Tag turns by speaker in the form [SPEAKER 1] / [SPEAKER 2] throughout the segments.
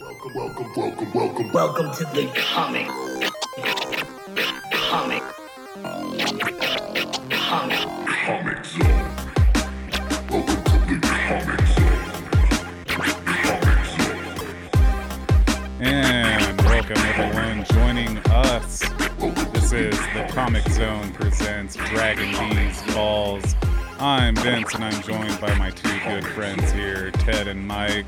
[SPEAKER 1] Welcome, welcome, welcome, welcome, welcome to the comic. Comic. Comic. Comic Zone. Welcome to the Comic Zone. Comic Zone.
[SPEAKER 2] And welcome everyone joining us. This is the Comic Zone presents Dragon Bees Falls. I'm Vince and I'm joined by my two good friends here, Ted and Mike.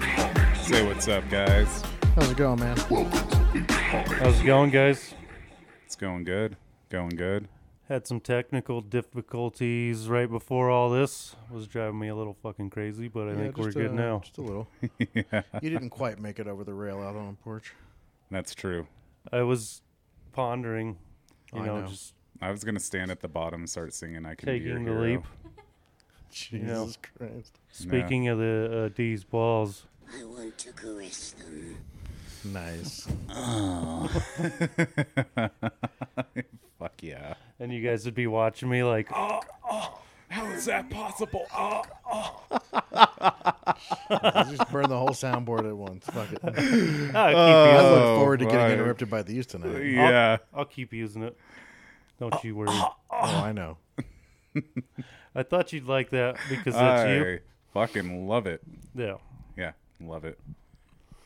[SPEAKER 2] Say what's up, guys.
[SPEAKER 3] How's it going, man?
[SPEAKER 1] Welcome to the Comic
[SPEAKER 4] How's it going, guys?
[SPEAKER 2] It's going good. Going good.
[SPEAKER 4] Had some technical difficulties right before all this. Was driving me a little fucking crazy, but I think we're
[SPEAKER 3] just,
[SPEAKER 4] good
[SPEAKER 3] uh,
[SPEAKER 4] now.
[SPEAKER 3] Just a little. You didn't quite make it over the rail out on the porch.
[SPEAKER 2] That's true.
[SPEAKER 4] I was pondering, you
[SPEAKER 3] I
[SPEAKER 4] know,
[SPEAKER 3] know.
[SPEAKER 4] just
[SPEAKER 2] I was gonna stand at the bottom and start singing I can
[SPEAKER 4] taking
[SPEAKER 2] be
[SPEAKER 4] the
[SPEAKER 2] your hero.
[SPEAKER 4] leap.
[SPEAKER 3] Jesus
[SPEAKER 4] know.
[SPEAKER 3] Christ.
[SPEAKER 4] Speaking of the uh, D's balls,
[SPEAKER 5] I want to caress them.
[SPEAKER 3] Nice.
[SPEAKER 2] Fuck yeah.
[SPEAKER 4] and you guys would be watching me like,
[SPEAKER 2] How is that possible? Oh,
[SPEAKER 3] Let's just burn the whole soundboard at once. Fuck it. I
[SPEAKER 4] "Ah, keep using it.
[SPEAKER 3] look forward to
[SPEAKER 2] right.
[SPEAKER 3] getting interrupted by these tonight.
[SPEAKER 2] Yeah.
[SPEAKER 4] I'll keep using it. Don't you worry.
[SPEAKER 3] Oh, I know.
[SPEAKER 4] I thought you'd like that because that's
[SPEAKER 2] I
[SPEAKER 4] you.
[SPEAKER 2] fucking love it.
[SPEAKER 4] Yeah.
[SPEAKER 2] Yeah, love it.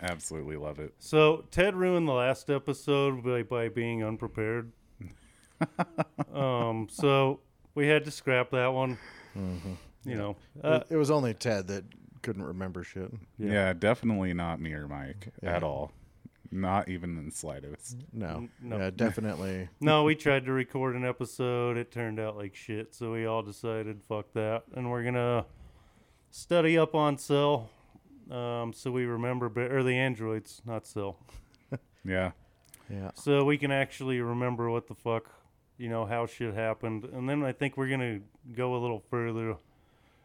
[SPEAKER 2] Absolutely love it.
[SPEAKER 4] So Ted ruined the last episode by, by being unprepared. um, so we had to scrap that one. You know, uh,
[SPEAKER 3] it was only Ted that couldn't remember shit.
[SPEAKER 2] Yeah, definitely not me or Mike at all. Not even in the slightest.
[SPEAKER 3] No.
[SPEAKER 4] no.
[SPEAKER 3] Yeah, definitely.
[SPEAKER 4] no, we tried to record an episode. It turned out like shit. So we all decided, fuck that, and we're gonna study up on Cell. Um, so we remember, be- or the androids, not Cell.
[SPEAKER 2] Yeah.
[SPEAKER 3] Yeah.
[SPEAKER 4] So we can actually remember what the fuck, you know, how shit happened. And then I think we're going to go a little further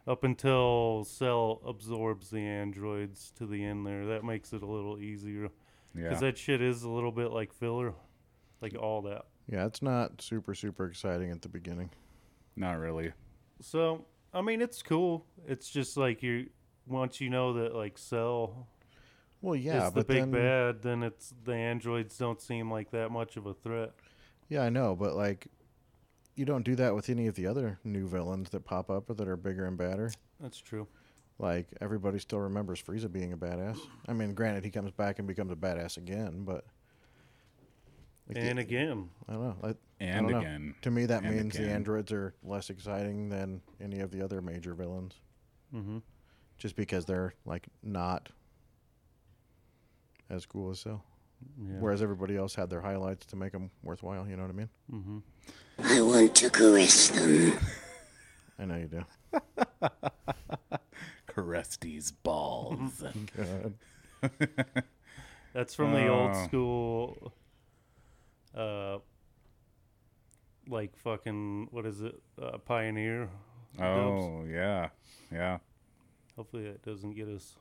[SPEAKER 4] up until Cell absorbs the androids to the end there. That makes it a little easier.
[SPEAKER 2] Yeah.
[SPEAKER 4] Because that shit is a little bit like filler. Like all that.
[SPEAKER 3] Yeah, it's not super, super exciting at the beginning.
[SPEAKER 2] not really.
[SPEAKER 4] So, I mean, it's cool. It's just like you, once you know that like Cell
[SPEAKER 3] Well, yeah,
[SPEAKER 4] is the
[SPEAKER 3] but
[SPEAKER 4] big
[SPEAKER 3] then
[SPEAKER 4] bad, then it's the androids don't seem like that much of a threat.
[SPEAKER 3] yeah, I know, but like, you don't do that with any of the other new villains that pop up or that are bigger and badder.
[SPEAKER 4] That's true.
[SPEAKER 3] Like everybody still remembers Frieza being a badass. I mean, granted, he comes back and becomes a badass again, but like, the-
[SPEAKER 4] And again,
[SPEAKER 3] I don't know. Like, I
[SPEAKER 2] And
[SPEAKER 3] don't know.
[SPEAKER 2] again.
[SPEAKER 3] to me, that
[SPEAKER 2] and
[SPEAKER 3] means the
[SPEAKER 2] again.
[SPEAKER 3] androids are less exciting than any of the other major villains, mm-hmm. just because they're like not as cool as so. Whereas everybody else had their highlights to make them worthwhile. You know what I mean?
[SPEAKER 5] I want to caress them.
[SPEAKER 3] I know you do.
[SPEAKER 2] Caress these balls.
[SPEAKER 4] That's from the old
[SPEAKER 2] Oh.
[SPEAKER 4] school, uh, like fucking what is it, uh, Pioneer? dubs.
[SPEAKER 2] oh, yeah. Yeah.
[SPEAKER 4] Hopefully that doesn't get us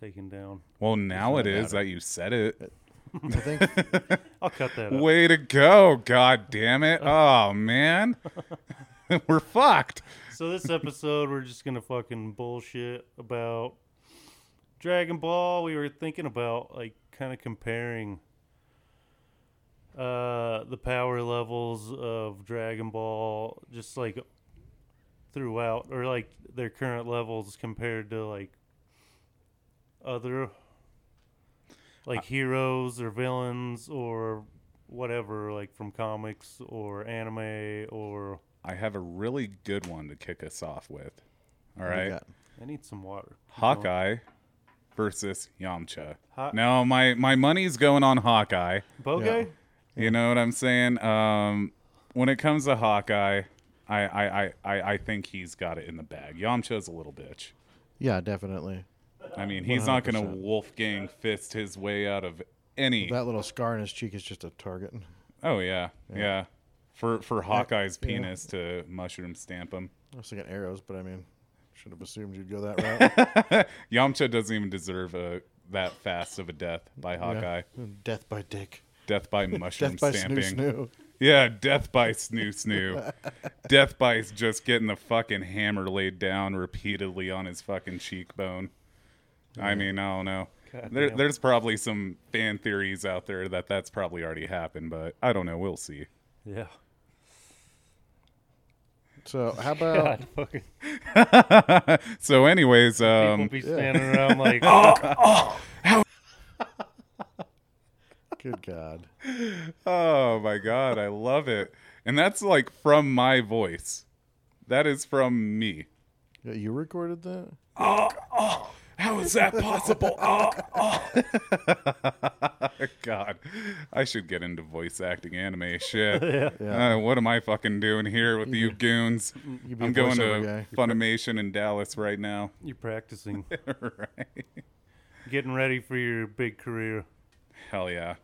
[SPEAKER 4] taken down.
[SPEAKER 2] Well, now it is that you said it.
[SPEAKER 3] I think
[SPEAKER 4] I'll cut that.
[SPEAKER 3] uh,
[SPEAKER 4] Out.
[SPEAKER 2] Way to go. God damn it. Oh, man. We're fucked.
[SPEAKER 4] So this episode, we're just gonna fucking bullshit about Dragon Ball. We were thinking about like kind of comparing uh the power levels of Dragon Ball just like throughout or like their current levels compared to like other like heroes or villains or whatever like from comics or anime or
[SPEAKER 2] I have a really good one to kick us off with. All
[SPEAKER 3] we
[SPEAKER 2] right.
[SPEAKER 3] got-
[SPEAKER 4] I need some water.
[SPEAKER 2] Hawkeye versus Yamcha.
[SPEAKER 4] Hot-
[SPEAKER 2] no, my my money's going on Hawkeye.
[SPEAKER 4] Bogey?
[SPEAKER 2] You know what I'm saying? Um, when it comes to Hawkeye, I I, I, I I think he's got it in the bag. Yamcha's a little bitch.
[SPEAKER 3] yeah, definitely.
[SPEAKER 2] I mean, he's not gonna Wolfgang fist his way out of any.
[SPEAKER 3] That little scar on his cheek is just a target.
[SPEAKER 2] oh yeah, yeah. For for Hawkeye's penis to mushroom stamp him.
[SPEAKER 3] I was thinking arrows, but I mean, should have assumed you'd go that route.
[SPEAKER 2] Yamcha doesn't even deserve a that fast of a death by Hawkeye.
[SPEAKER 3] Death by dick.
[SPEAKER 2] Death by mushroom
[SPEAKER 3] Death by
[SPEAKER 2] stamping.
[SPEAKER 3] snoo snoo.
[SPEAKER 2] Yeah, death by snoo snoo. death by is just getting the fucking hammer laid down repeatedly on his fucking cheekbone. I mean, I don't know.
[SPEAKER 4] God
[SPEAKER 2] There,
[SPEAKER 4] damn.
[SPEAKER 2] there's probably some fan theories out there that that's probably already happened, but I don't know. We'll see.
[SPEAKER 4] yeah.
[SPEAKER 3] So how about
[SPEAKER 4] God, Oh, fucking
[SPEAKER 2] so, anyways,
[SPEAKER 4] people
[SPEAKER 2] um,
[SPEAKER 4] be standing around like, oh,
[SPEAKER 3] good God?
[SPEAKER 2] oh my god, I love it, and that's like from my voice. That is from me.
[SPEAKER 3] Yeah, you recorded that?
[SPEAKER 2] How is that possible? oh, God, I should get into voice acting anime shit.
[SPEAKER 3] Yeah.
[SPEAKER 2] Uh, what am I fucking doing here with you goons?
[SPEAKER 3] You be a
[SPEAKER 2] I'm going
[SPEAKER 3] voiceover
[SPEAKER 2] to Funimation in Dallas right now.
[SPEAKER 4] you're practicing,
[SPEAKER 2] right.
[SPEAKER 4] getting ready for your big career.
[SPEAKER 2] Hell yeah.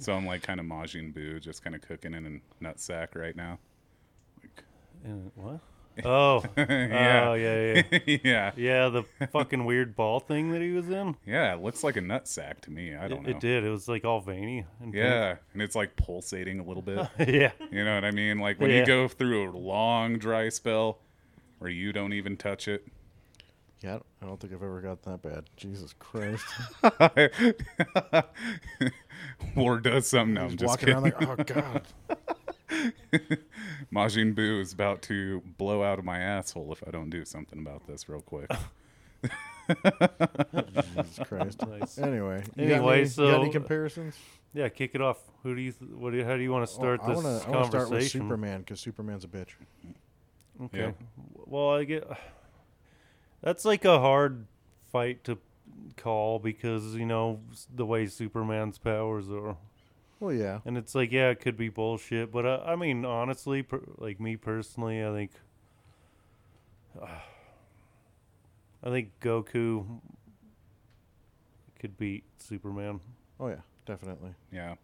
[SPEAKER 2] So I'm like kind of Majin Buu, just kind of cooking in a nut sack right now.
[SPEAKER 4] And what? Oh,
[SPEAKER 2] Yeah.
[SPEAKER 4] oh, yeah, yeah,
[SPEAKER 2] yeah.
[SPEAKER 4] yeah. The fucking weird ball thing that he was in.
[SPEAKER 2] Yeah, it looks like a nut sack to me. I don't know.
[SPEAKER 4] It, it did. It was like all veiny. And
[SPEAKER 2] Yeah, and it's like pulsating a little bit.
[SPEAKER 4] pink. yeah.
[SPEAKER 2] You know what I mean? Like when
[SPEAKER 4] Yeah.
[SPEAKER 2] you go through a long dry spell where you don't even touch it.
[SPEAKER 3] Yeah, I don't- I don't think I've ever got that bad. Jesus Christ!
[SPEAKER 2] War does something. No, I'm
[SPEAKER 3] Just
[SPEAKER 2] just
[SPEAKER 3] walking
[SPEAKER 2] kidding.
[SPEAKER 3] around like, oh God.
[SPEAKER 2] Majin Buu is about to blow out of my asshole if I don't do something about this real quick.
[SPEAKER 3] Jesus Christ.
[SPEAKER 4] Nice.
[SPEAKER 3] Anyway, you got
[SPEAKER 4] Anyway,
[SPEAKER 3] any, you got any
[SPEAKER 4] so-
[SPEAKER 3] comparisons? Oh,
[SPEAKER 4] Yeah, kick it off. Who do you? Th- what? Do you, how do you want to start
[SPEAKER 3] I
[SPEAKER 4] this
[SPEAKER 3] wanna- I wanna
[SPEAKER 4] conversation?
[SPEAKER 3] start with Superman because Superman's a bitch.
[SPEAKER 4] Okay.
[SPEAKER 2] Yeah.
[SPEAKER 4] Well, I get. That's like a hard fight to call because you know s- the way Superman's powers are,
[SPEAKER 3] Well, yeah,
[SPEAKER 4] and it's like yeah, it could be bullshit. But uh, I mean, honestly, per, like me personally, I think. I think Goku could beat Superman.
[SPEAKER 3] oh yeah, definitely.
[SPEAKER 2] Yeah.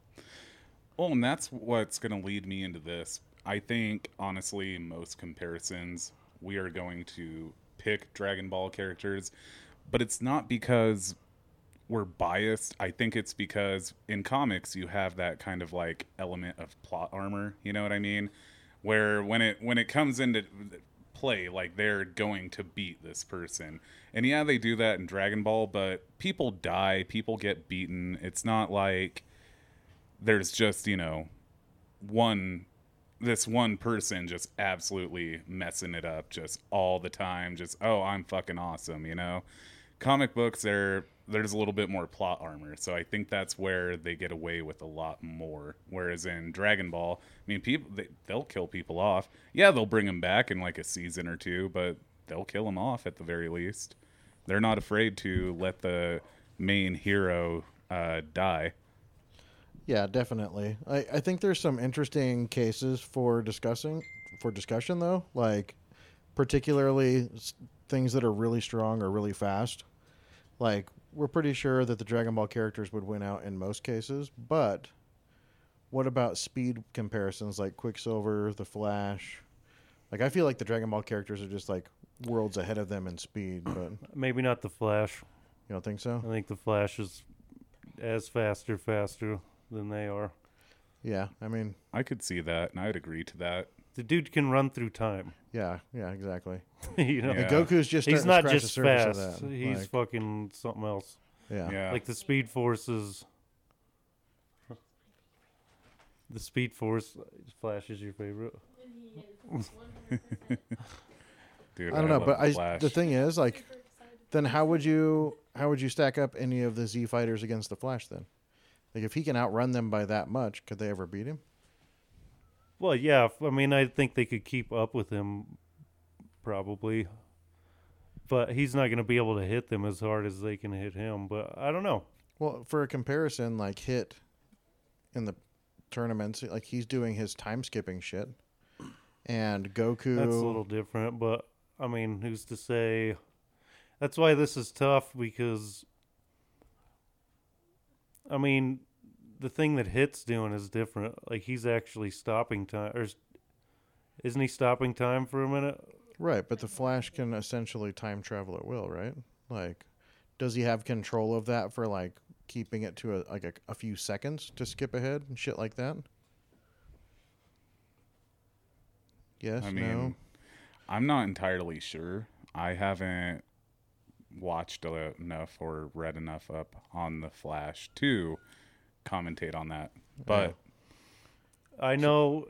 [SPEAKER 2] Well, and that's what's going to lead me into this. I think, honestly, in most comparisons, we are going to pick Dragon Ball characters, but it's not because we're biased. I think it's because in comics you have that kind of like element of plot armor, you know what I mean? Where when it when it comes into play like they're going to beat this person. And yeah, they do that in Dragon Ball, but people die, people get beaten. It's not like there's just, you know, one this one person just absolutely messing it up just all the time just oh i'm fucking awesome you know comic books there there's a little bit more plot armor so i think that's where they get away with a lot more whereas in dragon ball i mean people they, they'll kill people off yeah they'll bring them back in like a season or two but they'll kill them off at the very least they're not afraid to let the main hero uh, die
[SPEAKER 3] Yeah, definitely. I, I think there's some interesting cases for discussing for discussion though, like particularly s- things that are really strong or really fast. Like we're pretty sure that the Dragon Ball characters would win out in most cases, but what about speed comparisons like Quicksilver, the Flash? Like I feel like the Dragon Ball characters are just like worlds ahead of them in speed, but you
[SPEAKER 4] Maybe not the Flash.
[SPEAKER 3] don't think so?
[SPEAKER 4] I think the Flash is as faster, faster than they are.
[SPEAKER 3] Yeah, I mean,
[SPEAKER 2] i could see that and i'd agree to that
[SPEAKER 4] The dude can run through time.
[SPEAKER 3] yeah, yeah, exactly.
[SPEAKER 4] you know,
[SPEAKER 2] Yeah.
[SPEAKER 3] And Goku's just starting
[SPEAKER 4] he's
[SPEAKER 3] to
[SPEAKER 4] not
[SPEAKER 3] scratch the
[SPEAKER 4] just
[SPEAKER 3] surface of
[SPEAKER 4] fast.
[SPEAKER 3] that,
[SPEAKER 4] He's
[SPEAKER 3] like,
[SPEAKER 4] fucking something else.
[SPEAKER 3] yeah.
[SPEAKER 2] yeah
[SPEAKER 4] Like the Speed Force is. The Speed Force, Flash is your favorite.
[SPEAKER 2] dude
[SPEAKER 3] I don't know,
[SPEAKER 2] love
[SPEAKER 3] but I
[SPEAKER 2] Flash.
[SPEAKER 3] the thing is like then how would you how would you stack up any of the Z fighters against the Flash then? Like if he can outrun them by that much, could they ever beat him?
[SPEAKER 4] Well, yeah. f- I mean, I think they could keep up with him, probably. But he's not going to be able to hit them as hard as they can hit him. But I don't know.
[SPEAKER 3] Well, for a comparison, like hit in the tournaments, like he's doing his time skipping shit. And Goku
[SPEAKER 4] That's a little different, but I mean, who's to say? That's why this is tough because I mean, the thing that Hit's doing is different. Like he's actually stopping time, or is- isn't he stopping time for a minute?
[SPEAKER 3] Right, but the Flash can essentially time travel at will, right? Like, does he have control of that for like keeping it to a, like a, a few seconds to skip ahead and shit like that? Yes.
[SPEAKER 2] I
[SPEAKER 3] no.
[SPEAKER 2] mean, I'm not entirely sure. I haven't watched a- enough or read enough up on the Flash to commentate on that. But
[SPEAKER 4] I know.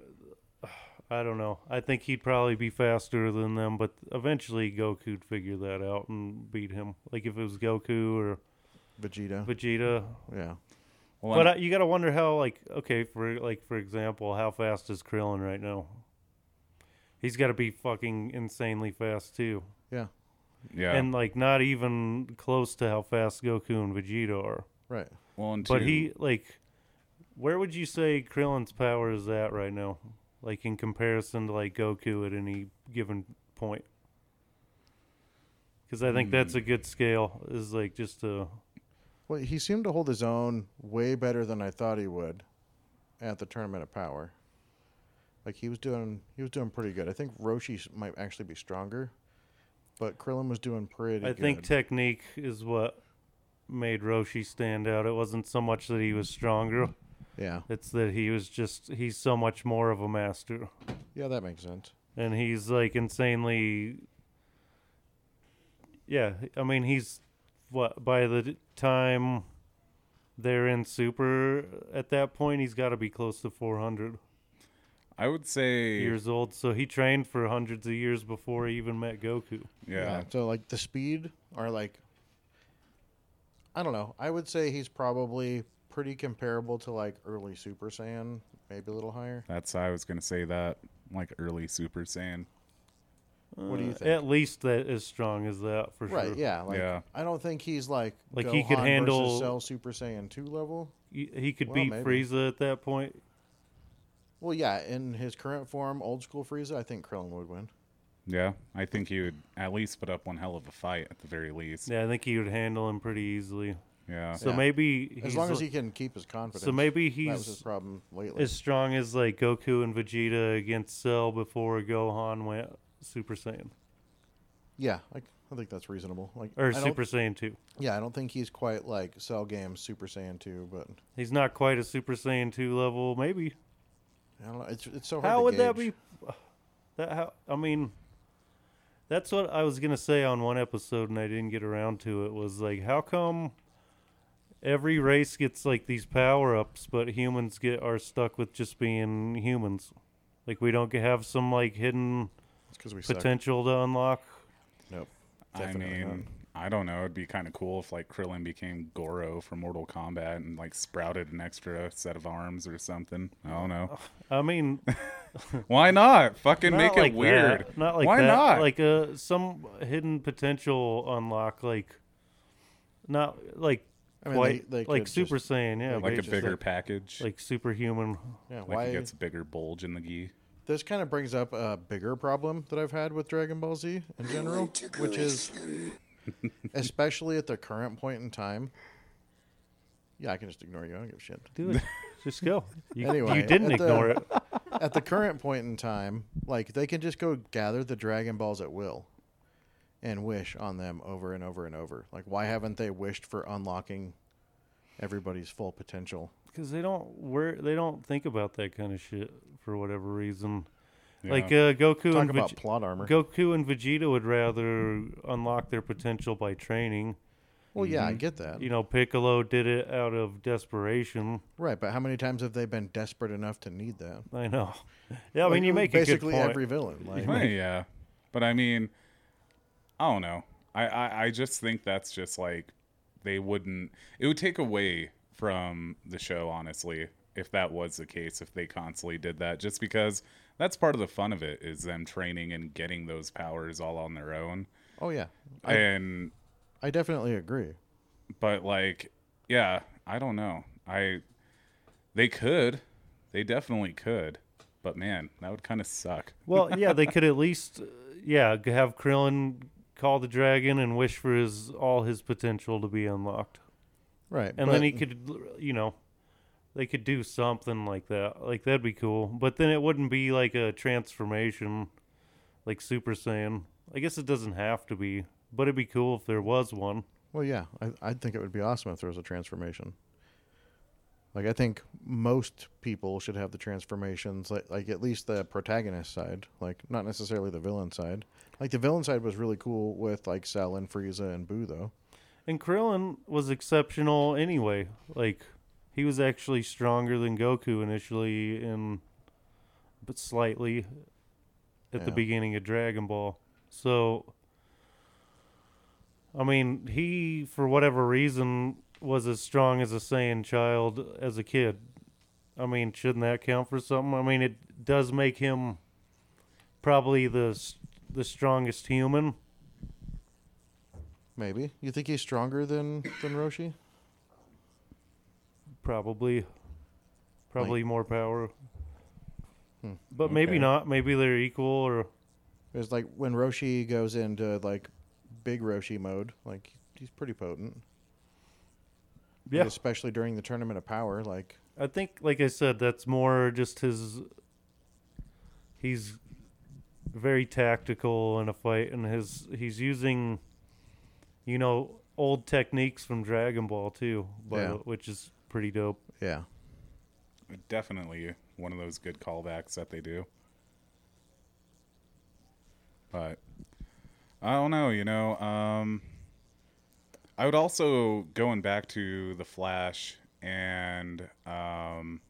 [SPEAKER 4] I don't know. I think he'd probably be faster than them, but eventually Goku'd figure that out and beat him. Like if it was Goku or
[SPEAKER 3] Vegeta.
[SPEAKER 4] Vegeta.
[SPEAKER 3] yeah.
[SPEAKER 2] well,
[SPEAKER 4] But
[SPEAKER 2] I'm-
[SPEAKER 4] I, you got to wonder how, like, okay, for like for example, how fast is Krillin right now? He's got to be fucking insanely fast too,
[SPEAKER 3] Yeah.
[SPEAKER 2] yeah,
[SPEAKER 4] and like not even close to how fast Goku and Vegeta are.
[SPEAKER 3] Right.
[SPEAKER 2] well, and
[SPEAKER 4] But
[SPEAKER 2] two-
[SPEAKER 4] he like, where would you say Krillin's power is at right now? Like in comparison to like Goku at any given point? Because I think that's a good scale. Is like just a
[SPEAKER 3] Well, he seemed to hold his own way better than I thought he would at the tournament of power. Like he was doing, he was doing pretty good. I think Roshi s- might actually be stronger, but Krillin was doing pretty.
[SPEAKER 4] I
[SPEAKER 3] good.
[SPEAKER 4] think technique is what made Roshi stand out. It wasn't so much that he was stronger.
[SPEAKER 3] yeah,
[SPEAKER 4] It's that he was just he's so much more of a master.
[SPEAKER 3] yeah, that makes sense.
[SPEAKER 4] and he's like insanely yeah i mean he's what by the d- time they're in super at that point he's got to be close to 400
[SPEAKER 2] I would say,
[SPEAKER 4] years old so he trained for hundreds of years before he even met goku
[SPEAKER 2] yeah,
[SPEAKER 3] So like the speed or like, I don't know. I would say he's probably pretty comparable to like early Super Saiyan, maybe a little higher.
[SPEAKER 2] that's I was gonna say that like early Super Saiyan.
[SPEAKER 3] What do you
[SPEAKER 4] Uh,
[SPEAKER 3] think?
[SPEAKER 4] at least that as strong as that for
[SPEAKER 3] Right?
[SPEAKER 4] sure
[SPEAKER 3] Yeah. Like,
[SPEAKER 2] Yeah.
[SPEAKER 3] I don't think he's like
[SPEAKER 4] Like, he could
[SPEAKER 3] Gohan versus
[SPEAKER 4] handle-
[SPEAKER 3] Cell Super Saiyan two level.
[SPEAKER 4] he, he could
[SPEAKER 3] Well,
[SPEAKER 4] beat
[SPEAKER 3] maybe.
[SPEAKER 4] frieza at that point
[SPEAKER 3] Well, yeah, in his current form, old school Frieza, I think Krillin would win.
[SPEAKER 2] Yeah, I think he would at least put up one hell of a fight at the very least.
[SPEAKER 4] yeah i think he would handle him pretty easily
[SPEAKER 2] Yeah,
[SPEAKER 4] so
[SPEAKER 3] Yeah.
[SPEAKER 4] maybe
[SPEAKER 3] As
[SPEAKER 4] he's
[SPEAKER 3] long as
[SPEAKER 4] li-
[SPEAKER 3] he can keep his confidence.
[SPEAKER 4] so maybe
[SPEAKER 3] that
[SPEAKER 4] he's
[SPEAKER 3] was his problem lately.
[SPEAKER 4] as strong as like Goku and Vegeta against Cell before Gohan went Super Saiyan
[SPEAKER 3] yeah, I, I think that's reasonable. Like, I
[SPEAKER 4] or
[SPEAKER 3] don't-
[SPEAKER 4] Super Saiyan 2.
[SPEAKER 3] yeah, I don't think he's quite like Cell Game Super Saiyan two, but
[SPEAKER 4] He's not quite a Super Saiyan 2 level, maybe.
[SPEAKER 3] I don't know. It's it's so hard.
[SPEAKER 4] How
[SPEAKER 3] to
[SPEAKER 4] would that
[SPEAKER 3] gauge.
[SPEAKER 4] be? That how I mean, that's what I was gonna say on one episode, and I didn't get around to it. Was like, how come every race gets like these power ups, but humans get are stuck with just being humans? Like we don't have some like hidden
[SPEAKER 3] It's because we suck.
[SPEAKER 4] potential to unlock.
[SPEAKER 3] Nope.
[SPEAKER 2] I
[SPEAKER 3] Definitely
[SPEAKER 2] mean, I don't know. It'd be kind of cool if like Krillin became Goro from Mortal Kombat and like sprouted an extra set of arms or something. I don't know.
[SPEAKER 4] I mean,
[SPEAKER 2] Why not? Fucking
[SPEAKER 4] Oh. Not
[SPEAKER 2] make
[SPEAKER 4] like
[SPEAKER 2] it weird.
[SPEAKER 4] that. Not like
[SPEAKER 2] Why
[SPEAKER 4] that.
[SPEAKER 2] not?
[SPEAKER 4] Like uh, some hidden potential unlock, like not like
[SPEAKER 3] I mean,
[SPEAKER 4] quite-
[SPEAKER 3] they- they
[SPEAKER 4] like
[SPEAKER 3] could
[SPEAKER 4] Super
[SPEAKER 3] just-
[SPEAKER 4] Saiyan, yeah,
[SPEAKER 3] they
[SPEAKER 2] Like
[SPEAKER 4] but
[SPEAKER 2] a
[SPEAKER 3] just
[SPEAKER 2] bigger
[SPEAKER 3] like-
[SPEAKER 2] package. Like,
[SPEAKER 4] like superhuman.
[SPEAKER 3] Yeah.
[SPEAKER 2] like
[SPEAKER 3] Why?
[SPEAKER 2] it gets a bigger bulge in the gi.
[SPEAKER 3] This kind of brings up a bigger problem that I've had with Dragon Ball Z in general,
[SPEAKER 5] to
[SPEAKER 3] which is
[SPEAKER 5] caress them.
[SPEAKER 3] especially at the current point in time. Yeah, I can just ignore you. I don't give a shit.
[SPEAKER 4] Do it. Just go. You,
[SPEAKER 3] Anyway, uh,
[SPEAKER 4] you didn't
[SPEAKER 3] at the-
[SPEAKER 4] ignore it.
[SPEAKER 3] at the current point in time, like they can just go gather the Dragon Balls at will and wish on them over and over and over. Like why haven't they wished for unlocking everybody's full potential?
[SPEAKER 4] because they don't wor they don't think about that kind of shit for whatever reason.
[SPEAKER 2] Yeah.
[SPEAKER 4] Like uh, Goku
[SPEAKER 3] Talk
[SPEAKER 4] and
[SPEAKER 3] about
[SPEAKER 4] Vege-
[SPEAKER 3] plot armor.
[SPEAKER 4] Goku and Vegeta would rather unlock their potential by training.
[SPEAKER 3] well, yeah,
[SPEAKER 2] Mm-hmm.
[SPEAKER 3] I get that.
[SPEAKER 4] You know, Piccolo did it out of desperation.
[SPEAKER 3] right, but how many times have they been desperate enough to need that? Oh,
[SPEAKER 4] I know. Yeah, I mean, you make a good
[SPEAKER 3] basically
[SPEAKER 4] point.
[SPEAKER 3] every villain. Like,
[SPEAKER 2] Well, yeah, but I mean, I don't know. I, I I just think that's just like they wouldn't. It would take away from the show, honestly, if that was the case. If they constantly did that, just because that's part of the fun of it is them training and getting those powers all on their own.
[SPEAKER 3] oh yeah, I,
[SPEAKER 2] and
[SPEAKER 3] I definitely agree.
[SPEAKER 2] but like, yeah, I don't know. I they could, they definitely could, but man, that would kind of suck.
[SPEAKER 4] Well, yeah, they could at least, uh, yeah, g- have Krillin call the dragon and wish for his all his potential to be unlocked,
[SPEAKER 3] Right,
[SPEAKER 4] and
[SPEAKER 3] but-
[SPEAKER 4] then he could, l- you know, they could do something like that. Like that'd be cool. But then it wouldn't be like a transformation, like Super Saiyan. I guess it doesn't have to be, but it'd be cool if there was one.
[SPEAKER 3] Well, yeah, I, I think it would be awesome if there was a transformation. Like I think most people should have the transformations, like, like at least the protagonist side, like not necessarily the villain side. Like the villain side was really cool with like Sal and Frieza and Boo though.
[SPEAKER 4] And Krillin was exceptional anyway. Like he was actually stronger than Goku initially and but slightly at the
[SPEAKER 3] Yeah.
[SPEAKER 4] beginning of Dragon Ball. So I mean, he for whatever reason was as strong as a Saiyan child as a kid. I mean, shouldn't that count for something? I mean, it does make him probably the s- the strongest human.
[SPEAKER 3] Maybe you think he's stronger than than Roshi?
[SPEAKER 4] Probably. Probably more power.
[SPEAKER 3] Hmm.
[SPEAKER 4] But maybe
[SPEAKER 2] Okay.
[SPEAKER 4] not. Maybe they're equal or
[SPEAKER 3] It's like when Roshi goes into like big Roshi mode, like he's pretty potent. And
[SPEAKER 4] yeah.
[SPEAKER 3] especially during the tournament of power, like
[SPEAKER 4] I think like I said that's more just his he's very tactical in a fight and his he's using you know old techniques from Dragon Ball too, but
[SPEAKER 3] Yeah.
[SPEAKER 4] which is pretty dope.
[SPEAKER 3] yeah.
[SPEAKER 2] Definitely one of those good callbacks that they do. But I don't know, you know. Um, I would also going back to the Flash and um,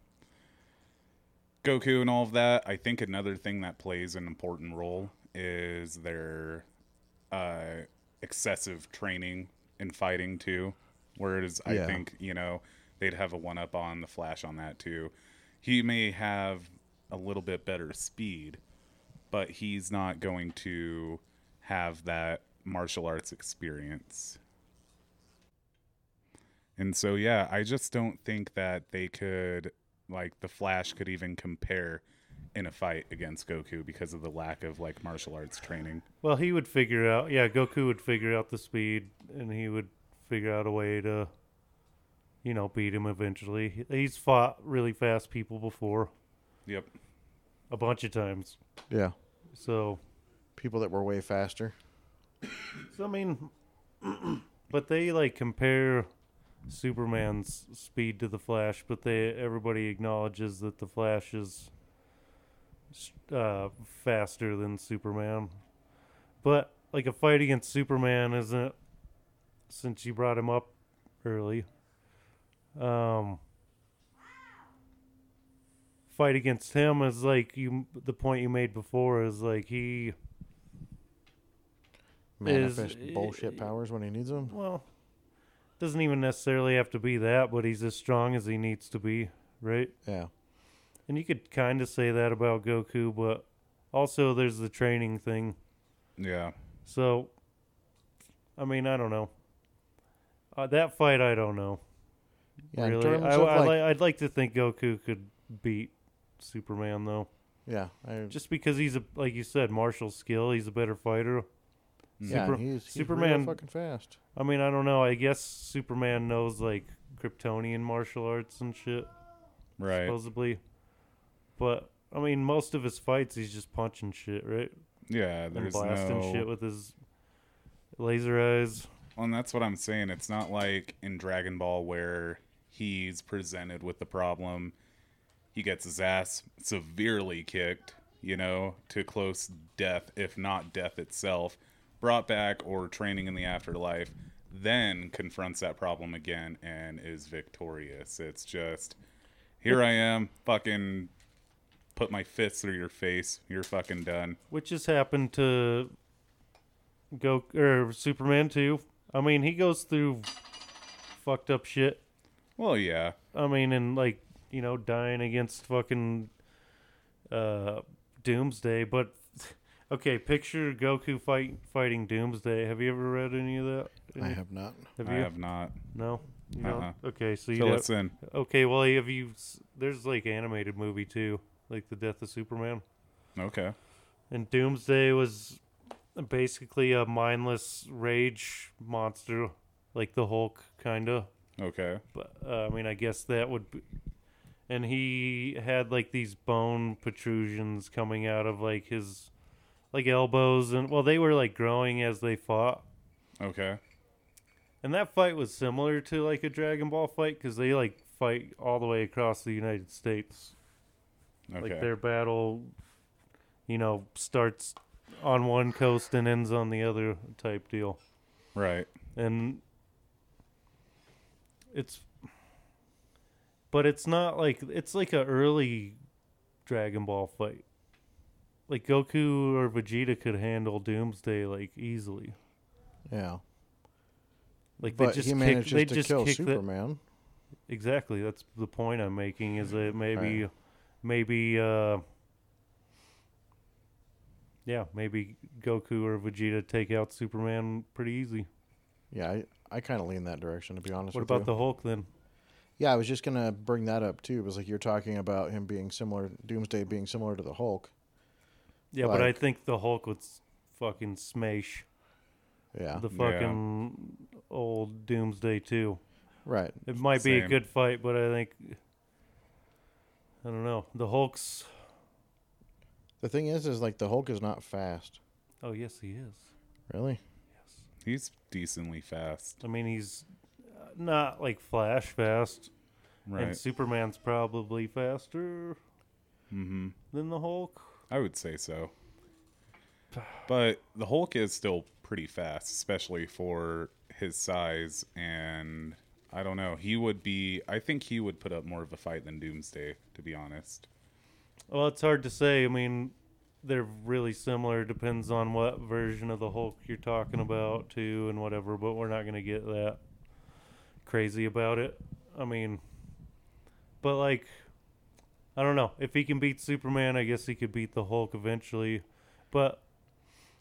[SPEAKER 2] Goku and all of that. I think another thing that plays an important role is their uh, excessive training and fighting too. Whereas I
[SPEAKER 3] Yeah.
[SPEAKER 2] think you know they'd have a one up on the Flash on that too. He may have a little bit better speed, but he's not going to have that martial arts experience. And so yeah, I just don't think that they could like the Flash could even compare in a fight against Goku because of the lack of like martial arts training.
[SPEAKER 4] Well, he would figure out. Yeah, Goku would figure out the speed, and he would figure out a way to, you know, beat him eventually. He- He's fought really fast people before
[SPEAKER 2] Yep.
[SPEAKER 4] a bunch of times.
[SPEAKER 3] Yeah.
[SPEAKER 4] So,
[SPEAKER 3] People that were way faster.
[SPEAKER 4] so I mean, but they like compare Superman's speed to the Flash, but they everybody acknowledges that the Flash is s- uh, faster than Superman. But like a fight against Superman isn't since you brought him up early. Um fight against him is like you the point you made before is like he
[SPEAKER 3] Manifest
[SPEAKER 4] Is-
[SPEAKER 3] bullshit powers when he needs them.
[SPEAKER 4] Well, doesn't even necessarily have to be that, but he's as strong as he needs to be, right?
[SPEAKER 3] Yeah.
[SPEAKER 4] And you could kind of say that about Goku, but also there's the training thing.
[SPEAKER 2] Yeah.
[SPEAKER 4] So, I mean, I don't know. Uh, that fight, I don't know.
[SPEAKER 3] Yeah. in
[SPEAKER 4] really,
[SPEAKER 3] terms
[SPEAKER 4] I,
[SPEAKER 3] of,
[SPEAKER 4] I,
[SPEAKER 3] like-
[SPEAKER 4] like, I'd like to think Goku could beat Superman, though,
[SPEAKER 3] yeah. I,
[SPEAKER 4] just because he's a like you said, martial skill. He's a better fighter.
[SPEAKER 3] yeah.
[SPEAKER 4] Super-
[SPEAKER 3] and he's, he's Superman
[SPEAKER 4] Superman-
[SPEAKER 3] fucking fast.
[SPEAKER 4] I mean, I don't know. I guess Superman knows like Kryptonian martial arts and shit.
[SPEAKER 2] Right.
[SPEAKER 4] supposedly. But I mean, most of his fights, he's just punching shit, right?
[SPEAKER 2] yeah.
[SPEAKER 4] And
[SPEAKER 2] There's
[SPEAKER 4] blasting
[SPEAKER 2] no.
[SPEAKER 4] shit with his laser eyes.
[SPEAKER 2] Well, and that's what I'm saying. It's not like in Dragon Ball where he's presented with the problem, he gets his ass severely kicked, you know, to close death, if not death itself, brought back or training in the afterlife, then confronts that problem again and is victorious. It's just, here I am, fucking put my fist through your face, you're fucking done.
[SPEAKER 4] which has happened to go or Superman too. I mean, he goes through fucked up shit.
[SPEAKER 2] Well, yeah.
[SPEAKER 4] I mean, and like you know, dying against fucking uh, Doomsday. But okay, picture Goku fight fighting Doomsday. Have you ever read any of that?
[SPEAKER 3] I
[SPEAKER 4] Any-
[SPEAKER 3] have not.
[SPEAKER 4] Have
[SPEAKER 2] I
[SPEAKER 4] you?
[SPEAKER 2] have not.
[SPEAKER 4] No. You don't?
[SPEAKER 2] Uh-uh.
[SPEAKER 4] Okay, so you
[SPEAKER 2] Fill
[SPEAKER 4] don't,
[SPEAKER 2] us in.
[SPEAKER 4] Okay, well, have you? s- There's like animated movie too, like the Death of Superman,
[SPEAKER 2] Okay.
[SPEAKER 4] and Doomsday was basically a mindless rage monster, like the Hulk, kinda.
[SPEAKER 2] Okay.
[SPEAKER 4] But uh, I mean, I guess that would. be... And he had like these bone protrusions coming out of like his, like elbows, and well, they were like growing as they fought.
[SPEAKER 2] Okay.
[SPEAKER 4] And that fight was similar to like a Dragon Ball fight because they like fight all the way across the United States.
[SPEAKER 2] Okay.
[SPEAKER 4] Like their battle, you know, starts on one coast and ends on the other type deal.
[SPEAKER 2] right.
[SPEAKER 4] And it's but it's not like it's like a early Dragon Ball fight. Like Goku or Vegeta could handle Doomsday like easily.
[SPEAKER 3] Yeah.
[SPEAKER 4] Like they
[SPEAKER 3] But
[SPEAKER 4] just
[SPEAKER 3] he
[SPEAKER 4] kick,
[SPEAKER 3] manages
[SPEAKER 4] they
[SPEAKER 3] to
[SPEAKER 4] just
[SPEAKER 3] kill
[SPEAKER 4] kick the,
[SPEAKER 3] Superman.
[SPEAKER 4] Exactly. That's the point I'm making is that maybe maybe uh yeah, maybe Goku or Vegeta take out Superman pretty easy.
[SPEAKER 3] Yeah, I, I kind of lean that direction to be honest.
[SPEAKER 4] What
[SPEAKER 3] with
[SPEAKER 4] about
[SPEAKER 3] you.
[SPEAKER 4] the Hulk then?
[SPEAKER 3] Yeah, I was just gonna bring that up too. It was like you're talking about him being similar, Doomsday being similar to the Hulk.
[SPEAKER 4] Yeah, but I
[SPEAKER 3] Like-
[SPEAKER 4] think the Hulk would s- fucking smash
[SPEAKER 3] Yeah,
[SPEAKER 4] the
[SPEAKER 2] Yeah.
[SPEAKER 4] fucking old Doomsday too.
[SPEAKER 3] right.
[SPEAKER 4] It might be a
[SPEAKER 2] Same.
[SPEAKER 4] good fight, but I think I don't know. The Hulk's
[SPEAKER 3] The thing is, is like the Hulk is not fast.
[SPEAKER 4] Oh, yes, he is.
[SPEAKER 3] Really?
[SPEAKER 2] He's decently fast.
[SPEAKER 4] I mean, he's uh, not like Flash fast.
[SPEAKER 2] Right.
[SPEAKER 4] And Superman's probably faster
[SPEAKER 2] mm-hmm.
[SPEAKER 4] than the Hulk.
[SPEAKER 2] I would say so. But the Hulk is still pretty fast, especially for his size. And I don't know. He would be. I think he would put up more of a fight than Doomsday, to be honest.
[SPEAKER 4] Well, it's hard to say. I mean, they're really similar. Depends on what version of the Hulk you're talking about, too, and whatever. But we're not going to get that crazy about it. I mean, but like, I don't know. If he can beat Superman, I guess he could beat the Hulk eventually. But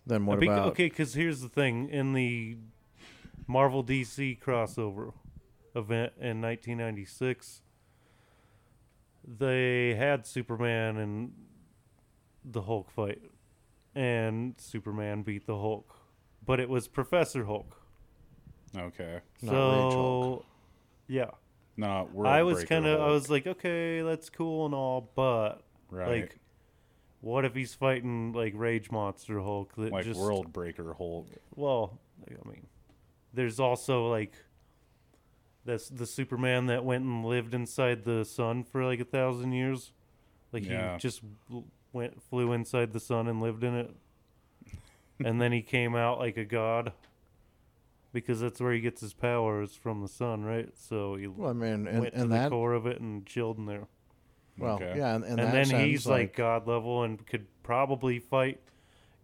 [SPEAKER 3] Then
[SPEAKER 4] I
[SPEAKER 3] what
[SPEAKER 4] think-
[SPEAKER 3] about?
[SPEAKER 4] okay, because here's the thing in the Marvel DC crossover event in 1996, they had Superman and the Hulk fight, and Superman beat the Hulk, but it was Professor Hulk.
[SPEAKER 2] Okay.
[SPEAKER 3] Not Rage
[SPEAKER 4] so,
[SPEAKER 3] Hulk.
[SPEAKER 4] yeah,
[SPEAKER 2] Not world.
[SPEAKER 4] I was
[SPEAKER 2] kind of.
[SPEAKER 4] I was like, okay, that's cool and all, but
[SPEAKER 2] right.
[SPEAKER 4] like, what if he's fighting like Rage Monster Hulk that
[SPEAKER 2] like
[SPEAKER 4] just
[SPEAKER 2] World Breaker Hulk.
[SPEAKER 4] Well, I mean, there's also like that's the Superman that went and lived inside the sun for like a thousand years. Like
[SPEAKER 2] Yeah.
[SPEAKER 4] he just l- went flew inside the sun and lived in it, and then he came out like a god because that's where he gets his powers from the sun, right? So he
[SPEAKER 3] Well, I mean, and,
[SPEAKER 4] went to
[SPEAKER 3] and
[SPEAKER 4] the
[SPEAKER 3] that.
[SPEAKER 4] core of it and chilled in there
[SPEAKER 3] Well,
[SPEAKER 2] Okay.
[SPEAKER 3] yeah, and, and,
[SPEAKER 4] and
[SPEAKER 3] that
[SPEAKER 4] then
[SPEAKER 3] sense,
[SPEAKER 4] he's like, uh, god level and could probably fight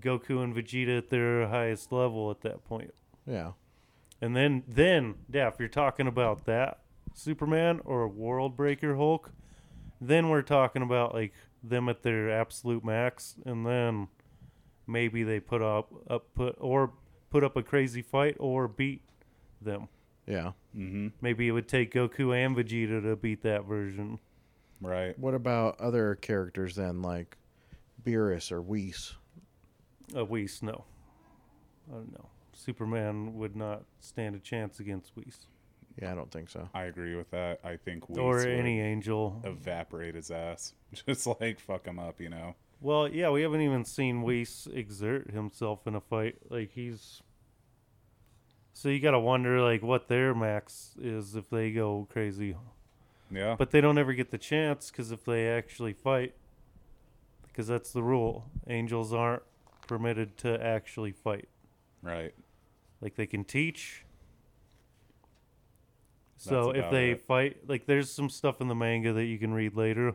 [SPEAKER 4] Goku and Vegeta at their highest level at that point.
[SPEAKER 3] yeah,
[SPEAKER 4] And then then yeah, if you're talking about that Superman or World Breaker Hulk, then we're talking about like them at their absolute max and then maybe they put up, up put or put up a crazy fight or beat them.
[SPEAKER 3] yeah.
[SPEAKER 2] Mm-hmm.
[SPEAKER 4] Maybe it would take Goku and Vegeta to beat that version.
[SPEAKER 2] Right.
[SPEAKER 3] What about other characters then, like Beerus or Whis?
[SPEAKER 4] Uh, Whis, no. I don't know. Superman would not stand a chance against Whis.
[SPEAKER 3] Yeah, I don't think so.
[SPEAKER 2] I agree with that. I think we
[SPEAKER 4] or any angel.
[SPEAKER 2] evaporate his ass, just like fuck him up, you know.
[SPEAKER 4] Well, yeah, we haven't even seen Whis exert himself in a fight. Like, he's. So you gotta wonder, like, what their max is if they go crazy.
[SPEAKER 2] Yeah.
[SPEAKER 4] But they don't ever get the chance because if they actually fight, because that's the rule, angels aren't permitted to actually fight.
[SPEAKER 2] right.
[SPEAKER 4] like they can teach so if
[SPEAKER 2] about
[SPEAKER 4] they
[SPEAKER 2] it.
[SPEAKER 4] fight like there's some stuff in the manga that you can read later